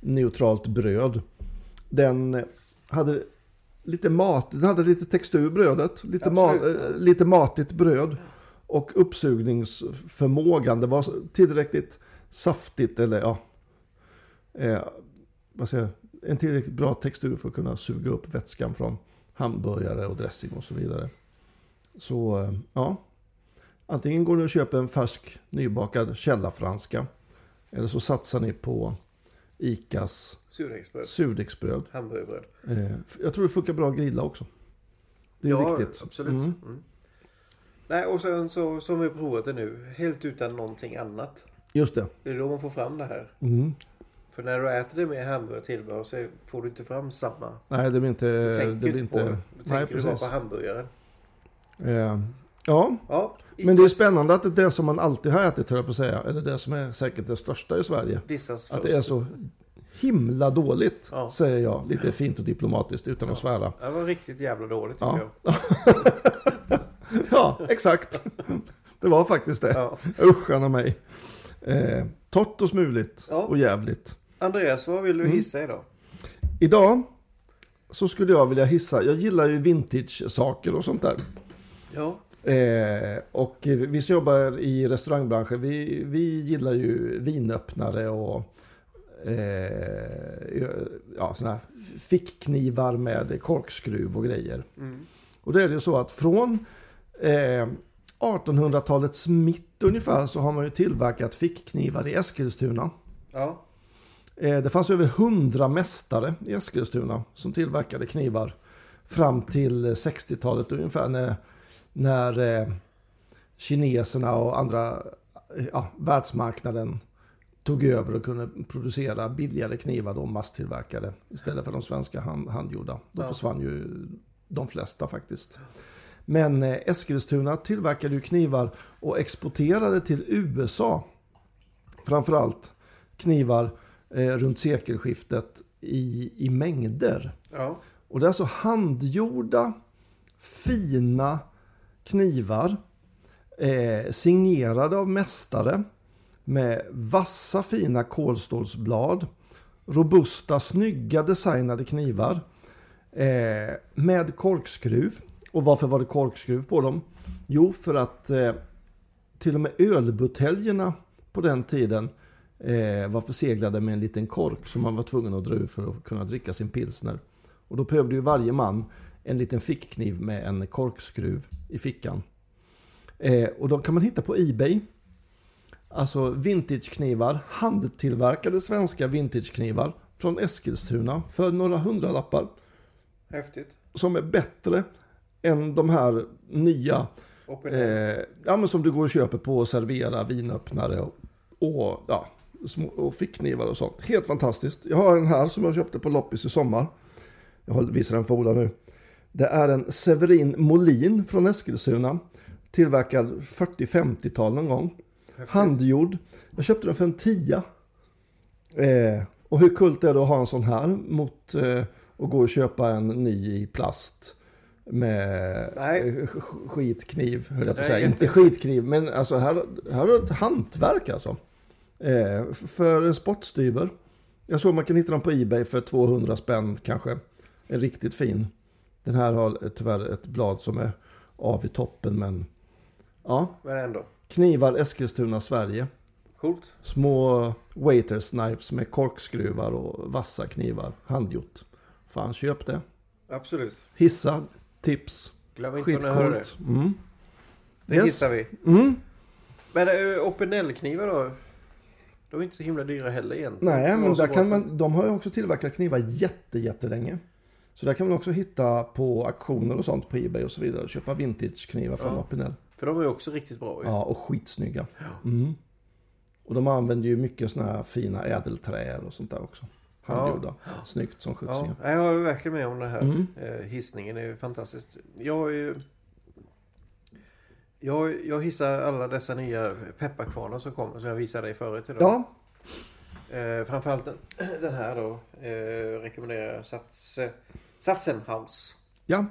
neutralt bröd. Den hade lite mat, den hade lite textur i brödet. Lite, ma, Absolut. eh, lite matigt bröd. Och uppsugningsförmågan, det var tillräckligt saftigt eller ja. Eh, vad säger jag, en tillräckligt bra textur för att kunna suga upp vätskan från hamburgare och dressing och så vidare. Så eh, ja, antingen går ni och köper en färsk nybakad källarfranska eller så satsar ni på ICAs Surdegsbröd. surdegsbröd. Hamburgerbröd. Eh, f- Jag tror det funkar bra att grilla också. Det är viktigt. absolut. Mm. Mm. Nej, och sen så som vi har provat det nu. Helt utan någonting annat. Just det. Det är då man får fram det här. Mm. För när du äter det med hamburgare tillbehör så får du inte fram samma. Nej, det blir inte... Du Eh, det tänker blir inte på det. Du Nej, tänker bara precis. på hamburgaren. Eh, Ja, Ja, men det är Icas spännande att det är det som man alltid har ätit, höll jag på att säga. Eller det som är säkert det största i Sverige. Dissas Att först. det är så himla dåligt, Ja. säger jag. Lite fint och diplomatiskt, utan [laughs] att svära. Det var riktigt jävla dåligt tycker Ja. jag. Ja, exakt. [laughs] Det var faktiskt det. Ja. Usch, anna mig. Eh, torrt och smuligt Ja. och jävligt. Andreas, vad vill du Mm. hissa idag? Idag så skulle jag vilja hissa, jag gillar ju vintage-saker och sånt där. Ja, Eh, och eh, vi som jobbar i restaurangbranschen, vi, vi gillar ju vinöppnare och eh, ja, såna här fickknivar med korkskruv och grejer. Och det är det ju så att från eh, 1800-talets mitt ungefär så har man ju tillverkat fickknivar i Eskilstuna. ja, Eh, Det fanns över 100 mästare i Eskilstuna som tillverkade knivar fram till eh, 60-talet ungefär när, när eh, kineserna och andra eh, ja, världsmarknaden tog över och kunde producera billigare knivar då, masstillverkade istället för de svenska hand, handgjorda. De Ja. försvann ju de flesta faktiskt. Men eh, Eskilstuna tillverkade ju knivar och exporterade till USA framförallt knivar eh, runt sekelskiftet i, i mängder. ja. Och det är alltså handgjorda, fina knivar eh, signerade av mästare med vassa fina kolstålsblad, robusta, snygga designade knivar eh, med korkskruv. Och varför var det korkskruv på dem? Jo, för att eh, till och med ölbuteljerna på den tiden eh, var förseglade med en liten kork som man var tvungen att dra ur för att kunna dricka sin pilsner. Och då behövde ju varje man en liten fickkniv med en korkskruv i fickan. Eh, och de kan man hitta på Ebay. Alltså vintageknivar, handtillverkade svenska vintageknivar från Eskilstuna för några hundralappar. Häftigt. Som är bättre än de här nya Open air. Eh, ja, men som du går och köper på Servera, vinöppnare och, och, ja, små, och fickknivar och sånt. Helt fantastiskt. Jag har en här som jag köpte på loppis i sommar. Jag håller- visar den för Ola nu. Det är en Severin Molin från Eskilstuna. Tillverkad 40-50-tal någon gång. Handgjord. Jag köpte den för en tia. Eh, och hur kult är det att ha en sån här mot eh, att gå och köpa en ny i plast med Nej. eh, sk- skitkniv, höll jag på att Nej, säga. Inte skitkniv, men alltså här, här har du ett hantverk alltså. Eh, f- för en sportstyver. Jag såg man kan hitta dem på Ebay för 200 spänn kanske. En riktigt fin. Den här har eh, tyvärr ett blad som är av i toppen, men ja. Men ändå. Knivar Eskilstuna, Sverige. Coolt. Små waiters knives med korkskruvar och vassa knivar. Handgjort. Fan, köp det. Absolut. Hissa, tips. Glöm inte när ni hör det. Skitcoolt. Mm. Det Yes. hittar vi. Mm. Men uh, Opinel-knivar då? De är inte så himla dyra heller egentligen. Nej, Det var men så där bra kan att- man, de har ju också tillverkat knivar jätte, jättelänge. Så där kan man också hitta på auktioner och sånt på Ebay och så vidare. Köpa vintage-knivar från Ja. Opinel. För de är ju också riktigt bra ju. Ja, och skitsnygga. Mm. Och de använder ju mycket sådana här fina ädelträer och sånt där också. Handgjorda. Snyggt som sjuttsingen. Ja, jag håller verkligen med om det här. Mm. Eh, hissningen är ju fantastiskt. Jag har ju... Jag, jag hissar alla dessa nya pepparkvarnar som kommer som jag visade dig förut idag. Ja, Eh, framförallt den, [clears throat] den här då. Eh, rekommenderar jag Sats, eh, Satsenhaus. ja.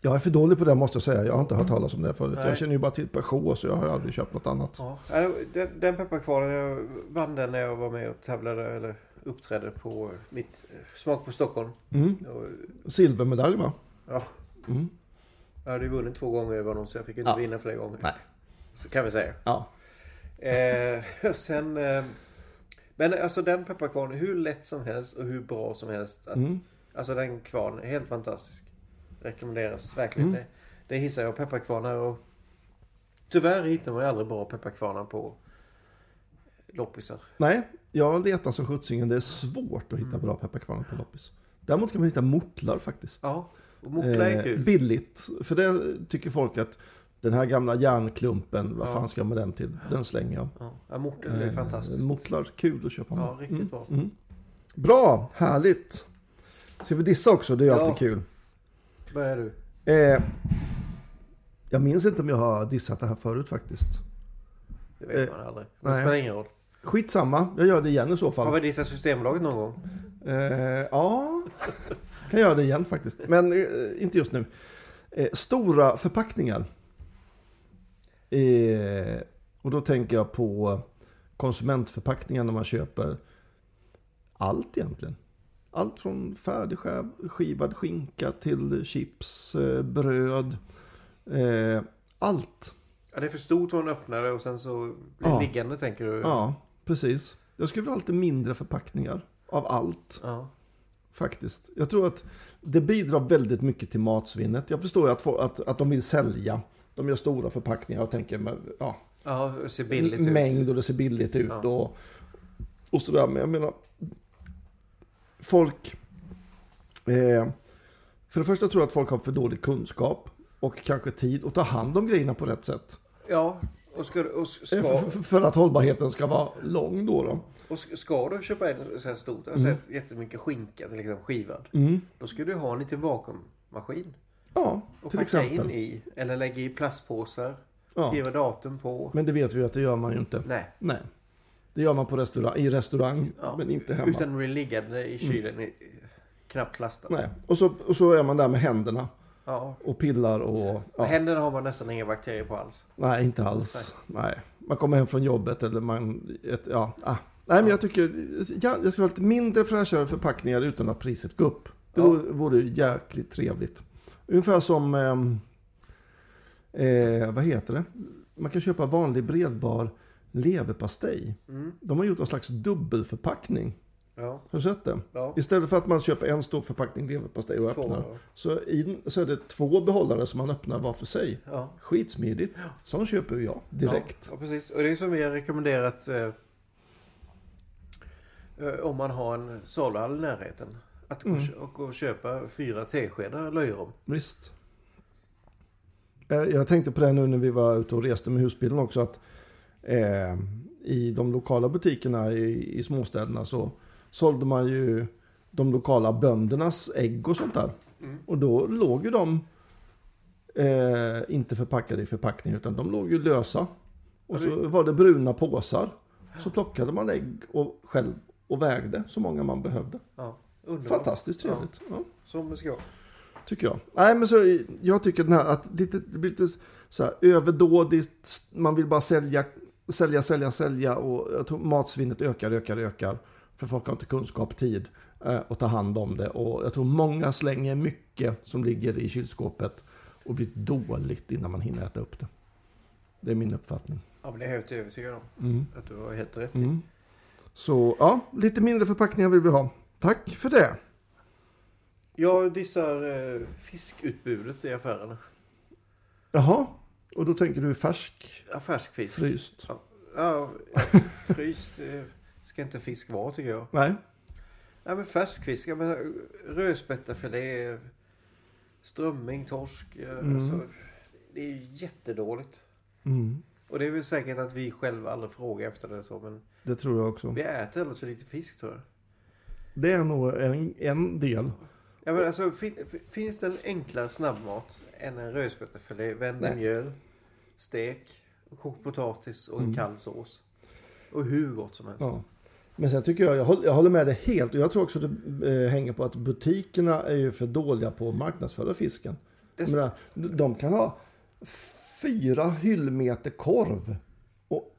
Jag är för dålig på det måste jag säga. Jag har inte hört talas om det förut. Mm. Nej. Jag känner ju bara till Peugeot så jag har ju aldrig köpt något annat. Ja. eh, Den, den pepparkvarnen, jag vann den när jag var med och tävlade eller uppträdde på mitt eh, Smak på Stockholm. Mm. Och, Silvermedalj va? ja. Mm. Jag hade ju vunnit två gånger över honom så jag fick inte Ja. vinna fler gånger. Nej. Så kan vi säga. Ja. Eh, [laughs] och sen, eh, men alltså den pepparkvarnen, hur lätt som helst och hur bra som helst. Att, Mm. Alltså den kvarnen, är helt fantastisk. Rekommenderas verkligen. Mm. Det, det hissar jag pepparkvarnar och tyvärr hittar man ju aldrig bra pepparkvarnar på loppisar. Nej, jag letar som sjuttsingen. Det är svårt att hitta Mm. bra pepparkvarnar på loppis. Däremot kan man hitta mortlar faktiskt. Ja, och mockla är Eh, kul. billigt. För det tycker folk att den här gamla järnklumpen, vad fan ska jag med den till? Den slänger jag. Ja, ja, mortel är Eh, fantastiskt. Mortlar, kul att köpa. Ja, riktigt Mm. bra. Bra, härligt. Ska vi dissa också? Det är ju Ja. alltid kul. Börjar du? Eh, jag minns inte om jag har dissat det här förut faktiskt. Det vet Eh, man aldrig. Det nej. spelar ingen roll. Skitsamma, jag gör det igen i så fall. Har vi dissat Systembolaget någon gång? Eh, ja, kan göra det igen faktiskt. Men eh, inte just nu. Eh, stora förpackningar. Eh, och då tänker jag på konsumentförpackningar när man köper allt egentligen. Allt från färdigskivad skinka till chips, eh, bröd. Eh, allt. Ja, det är för stort vad man öppnar det och sen så blir det Ja. liggande tänker du? Ja, precis. Jag skulle vilja ha lite mindre förpackningar av allt. ja. Faktiskt. Jag tror att det bidrar väldigt mycket till matsvinnet. Jag förstår ju att, få- att, att de vill sälja. De gör stora förpackningar och tänker men, ja, Ja, det ser billigt ut. mängd och det ser billigt ut. Ja. Och, och sådär. Men jag menar, folk... Eh, för det första tror jag att folk har för dålig kunskap och kanske tid att ta hand om grejerna på rätt sätt. Ja, och ska, och Eh, ska, För, för, för att hållbarheten ska vara lång då. då. och ska du köpa en så här stort, alltså Mm. ett- jättemycket skinka till exempel skivad. Då ska du ha en liten vakuummaskin. Ja, Och till packa in exempel. i, eller lägga i plastpåsar. Ja. Skriva datum på. Men det vet vi ju att det gör man ju inte. Nej. Nej. Det gör man på restaurang, i restaurang, Ja, men inte hemma. Utan bli liggande i kylen i, knappt plastat. Nej. Och, så, och så är man där med händerna Ja. och pillar och... Ja. Händerna har man nästan inga bakterier på alls. Nej, inte alls. Nej. Man kommer hem från jobbet eller man... Ett, ja. Ah. Nej, men jag tycker... Ja, jag ska ha lite mindre fräschare förpackningar utan att priset går upp. Det Ja. vore, vore ju jäkligt trevligt. Ungefär som... ehm, Eh, vad heter det? Man kan köpa Mm. vanlig bredbar leverpastej. De har gjort någon slags dubbelförpackning. Ja. Har du sett det? Ja. Istället för att man köper en stor förpackning leverpastej och öppnar. ja. Så, i, så är det två behållare som man öppnar var för sig. Ja. Skitsmidigt. Sån köper jag direkt. Ja, ja, precis. Och det är som vi har rekommenderat eh, eh, om man har en saluhall i närheten. Att Mm. gå och, och, köpa fyra teskedar löjrom. Visst. Eh, Jag tänkte på det nu när vi var ute och reste med husbilen också. Att eh, I de lokala butikerna i, i småstäderna så sålde man ju de lokala böndernas ägg och sånt där. Och då låg ju de eh, inte förpackade i förpackning utan de låg ju lösa. Och så var det bruna påsar. Så plockade man ägg och själv och vägde så många man behövde. Ja, underbart. Fantastiskt trevligt. Ja. Som det ska vara. Tycker jag. Nej, men så, jag tycker den här att lite, det blir lite så här överdådigt. Man vill bara sälja, sälja, sälja, sälja och jag tror matsvinnet ökar, ökar, ökar. För folk har inte kunskap, tid eh, att ta hand om det. Och jag tror många slänger mycket som ligger i kylskåpet och blir dåligt innan man hinner äta upp det. Det är min uppfattning. Ja, men det är jag helt övertygad om. Mm. Att du har helt rätt. Så ja, lite mindre förpackningar vill vi ha. Tack för det. Jag dissar eh, fiskutbudet i affärerna. Jaha, och då tänker du färsk, Ja, färsk fisk. fryst? Ja, ja, [laughs] fryst eh, ska inte fisk vara tycker jag. Nej. Ja, men färskfisk, ja, men eh, rödspättafilé, eh, strömming, torsk. eh, Alltså, det är ju jättedåligt. Mm. Och det är väl säkert att vi själva aldrig frågar efter det så, men Det tror jag också. vi äter alldeles för lite fisk tror jag. Det är nog en, en del. Ja, men alltså, fin, fin- finns det en enklare snabbmat än en rödspättafilé, vänd Nej. i mjöl, stek, kokt potatis och en kall sås? Och hur gott som helst. Mm. Ja. Men sen tycker jag, jag håller, jag håller med dig helt. Och jag tror också det eh, hänger på att butikerna är ju för dåliga på att marknadsföra fisken. Det Jag menar, de kan ha fyra hyllmeter korv och,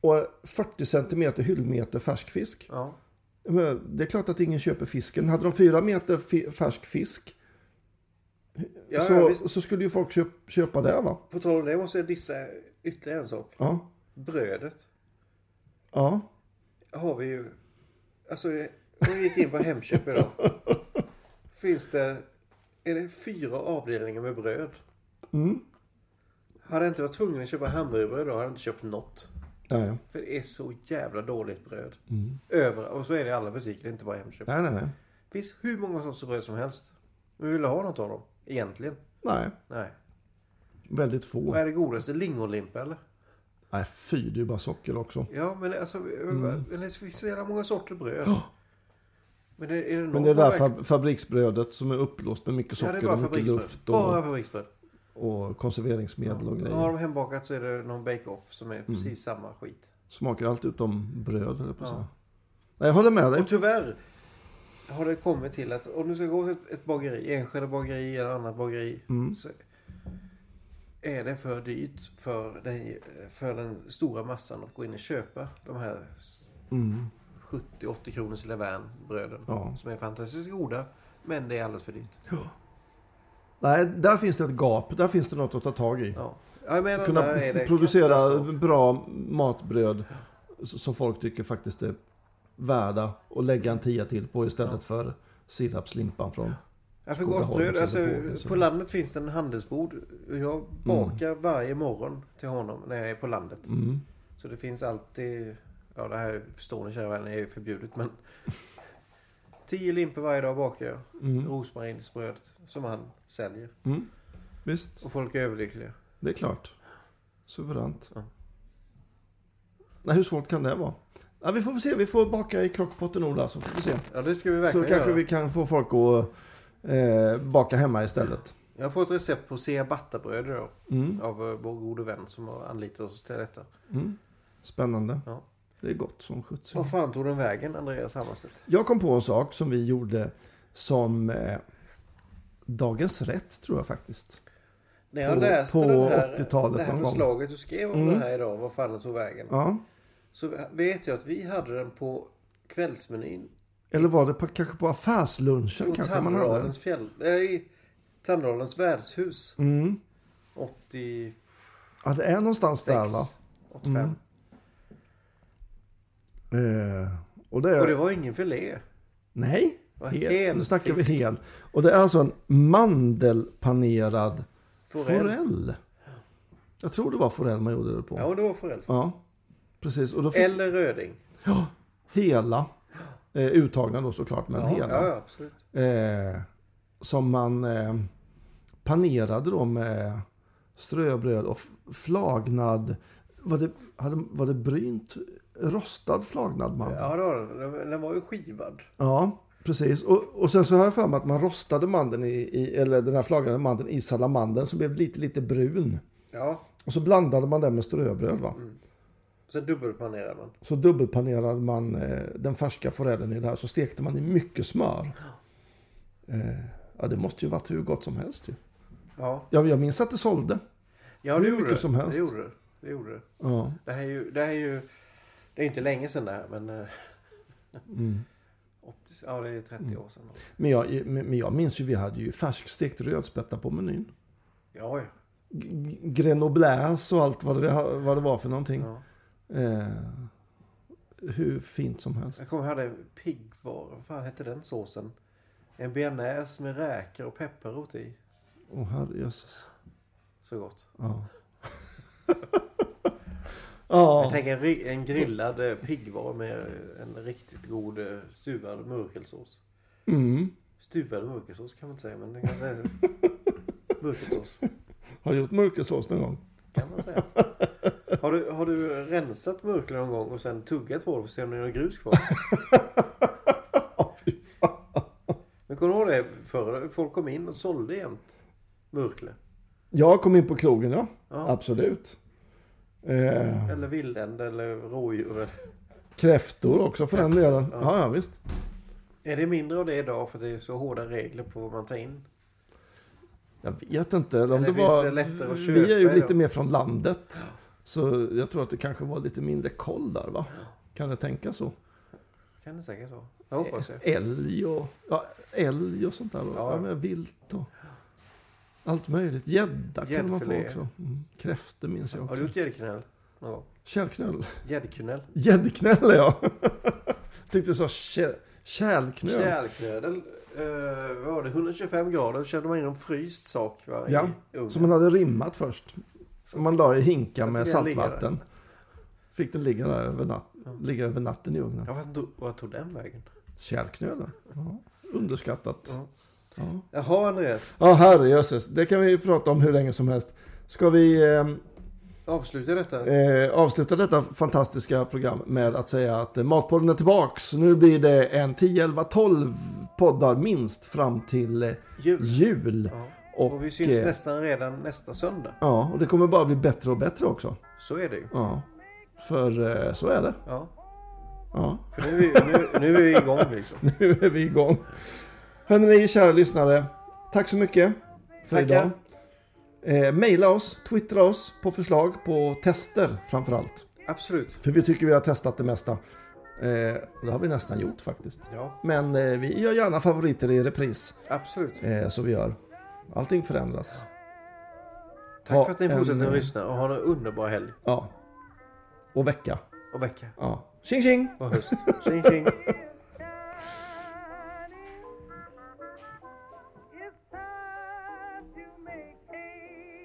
och 40 centimeter hyllmeter färsk fisk. Ja. Jag menar, det är klart att ingen köper fisken. Hade de fyra meter fi, färsk fisk Ja, så, ja, visst. så skulle ju folk köp, köpa det va? På tal om det måste jag dissa ytterligare en sak. Ja. Brödet. Ja. har vi ju... Alltså, jag gick in på Hemköp idag. Finns det... Är det fyra avdelningar med bröd? Hade jag inte varit tvungen att köpa hamburgerbröd då hade jag inte köpt något. Nej, För det är så jävla dåligt bröd. Över, och så är det i alla butiker, det är inte bara Hemköp. nej, nej. nej. Det finns hur många sorters bröd som helst. Men vill du ha något av dem? Egentligen? nej. Nej. Väldigt få. Vad är det godaste? Lingonlimpa eller? Nej, fy, det är ju bara socker också. Ja, men alltså... Mm. men Det finns så jävla många sorter bröd. Men är, är det någon Men det är det man där verkligen- fab- fabriksbrödet som är upplåst med mycket Ja, det är socker bara och mycket fabriksbröd. luft Bara och, fabriksbröd. och konserveringsmedel och Har grejer. Mm. de hembakat så är det någon bake-off som är precis samma skit. Smakar allt utom bröd, eller på så. Nej, jag håller med dig. Och tyvärr har det kommit till att om du ska gå till ett- ett bageri, enskilda bageri eller annat bageri. Mm. Så är det för dyrt för den, för den stora massan att gå in och köpa de här s- 70-80 kronors Levain-bröden. Mm. Ja. Som är fantastiskt goda. Men det är alldeles för dyrt. Nej, där finns det ett gap. Där finns det något att ta tag i. Ja. Jag menar, Kunna där är det producera katastrof. bra matbröd s- som folk tycker faktiskt är värda och lägga en tia till på istället för sirapslimpan från... Ja, för Skogaholm gott bröd. som Alltså, det pågår, så. på landet finns det en handelsbod. Jag Mm. bakar varje morgon till honom när jag är på landet. Mm. Så det finns alltid... Ja, det här förstår ni kära vänner, är ju förbjudet men... Tio limpor varje dag bakar jag. Mm. Rosmarinsbröd som han säljer. Visst, Och folk är överlyckliga. det är klart. Suveränt. Ja. Nej, hur svårt kan det vara? Ja, vi får väl se, vi får baka i krockpotten Ola så får vi se. Ja, det ska vi Så verkligen kanske göra. vi kan få folk att eh, baka hemma istället. Jag har fått recept på ciabattabröd idag. Mm. Av eh, vår gode vän som har anlitat oss till detta. Spännande. Ja. Det är gott som sjuttsing. Vad fan tog den vägen, Andreas Hammarstedt? Jag kom på en sak som vi gjorde som eh, Dagens Rätt tror jag faktiskt. När jag På- läste på den här, 80-talet det här någon gång. Mm. förslaget du skrev om den här idag, vad fan den tog vägen. Ja. Så vet jag att vi hade den på kvällsmenyn. Eller var det på, kanske på affärslunchen På kanske man hade den? Tandålens fjäll... Nej, Tandålens värdshus. Mm. 86. Ja, det Mm. är någonstans där va? 85. Eh, Och det är, Och det var ingen filé. Nej, Vad hel. hel Nu snackar fisk. vi hel. Och det är alltså en mandelpanerad Forell. forell. Jag tror det var forell man gjorde det på. Ja, det var forell. Ja, precis. Och då fick Eller röding. ja, hela. Eh, uttagna då såklart, men Ja, hela. ja, absolut. Eh, som man eh, panerade då med ströbröd och f- flagnad. Var det, hade, var det brynt rostad flagnad mandel? Ja, det var den. den. Den var ju skivad. Ja, precis. Och, och sen så har jag för mig att man rostade mandeln i, i eller den här flagrande mandeln i salamandern som blev lite, lite brun. Ja, Och så blandade man den med ströbröd va. sen dubbelpanerade man. Så dubbelpanerade man eh, den färska forellen i det här så stekte man i mycket smör. Eh, ja, det måste ju varit hur gott som helst ju. Ja, Jag, jag minns att det sålde. ja det, Hur gjorde mycket det. som helst. det gjorde det. Det gjorde det. Ja. Det här är ju... Det, här är ju, det är inte länge sedan det här, men... eh, Mm. [laughs] 80, ja, det är 30 år sedan. Men, jag, men men jag minns ju, vi hade ju färskstekt rödspätta på menyn. Ja, ja. G- g- Grenobläs och allt vad det, vad det var för någonting. ja. Eh, hur fint som helst. Jag kommer ihåg jag hade en piggvar. Vad fan hette den såsen? En bearnaise med räkor och pepparrot i. Åh herrejösses. Så gott. [laughs] Ja. Jag ja. tänker en, ri- en grillad eh, piggvar med eh, en riktigt god eh, stuvad mörkelsås. Mm. Stuvad mörkelsås kan man inte säga, men det kan man säga. Mörkelsås Har du gjort mörkelsås någon gång? kan man säga. Har du, har du rensat mörkler någon gång och sen tuggat på det för att se om det är något grus kvar? Men kommer du ihåg det förr? Folk kom in och sålde jämt mörkler. Jag kom in på krogen ja. Ja. Absolut. Eh, Eller vildänd eller rådjur. kräftor också för den delen. Ja, ja visst. Är det mindre av det idag för att det är så hårda regler på vad man tar in? Jag vet inte. Eller om Eller det finns var, det lättare att vi är ju köpa lite idag? mer från landet. Så jag tror att det kanske var lite mindre koll där va? Kan det tänka så? Kan det säkert vara. Jag hoppas det. Älg och, ja, älg och sånt där. Ja. Ja. Ja, men vilt och allt möjligt. Gädda kunde man få Gäddfilé. också. Mm. Kräftor minns jag Har också. du gjort gäddknöl? någon gång? Kärlknöl. Gäddknöl? Gäddknöl ja. [laughs] Tyckte du sa kär, kärlknöl. Kärlknödel. eh, vad var det? 125 grader. Då kände man in en fryst sak va, Ja, i ugnen. som man hade rimmat först. Som man la i hinkar Så med fick den ligga saltvatten. Fick den ligga där över, nat- ligga över natten i ugnen. Jag vet inte vad tog den vägen. Kärlknölen. Ja. Underskattat. Ja. Ja. Jaha Andreas. Ja, herrejösses. Det kan vi prata om hur länge som helst. Ska vi eh, Avsluta detta. eh, avsluta detta fantastiska program med att säga att eh, Matpodden är tillbaks. Nu blir det en 10, 11, 12 poddar minst fram till eh, Jul. jul. Ja. Och, Och vi syns eh, nästan redan nästa söndag. Ja, och det kommer bara bli bättre och bättre också. Så är det ju. Ja, för eh, så är det. Ja. Ja, [laughs] För nu, är vi- nu, nu är vi igång liksom. nu är vi igång. Hörrni, kära lyssnare. Tack så mycket [laughs] för Tackar. idag. Eh, maila oss, twittra oss på förslag på tester framförallt. Absolut. För vi tycker vi har testat det mesta. Eh, och det har vi nästan gjort faktiskt. Ja, Men eh, vi gör gärna favoriter i repris. absolut. Eh, så vi gör. Allting förändras. Tack Ha för att ni en- fortsätter att lyssna och ha en underbar helg Ja. Och vecka. och vecka Ja. Tjing tjing! och [laughs] höst. Tjing tjing! It's time to make hay.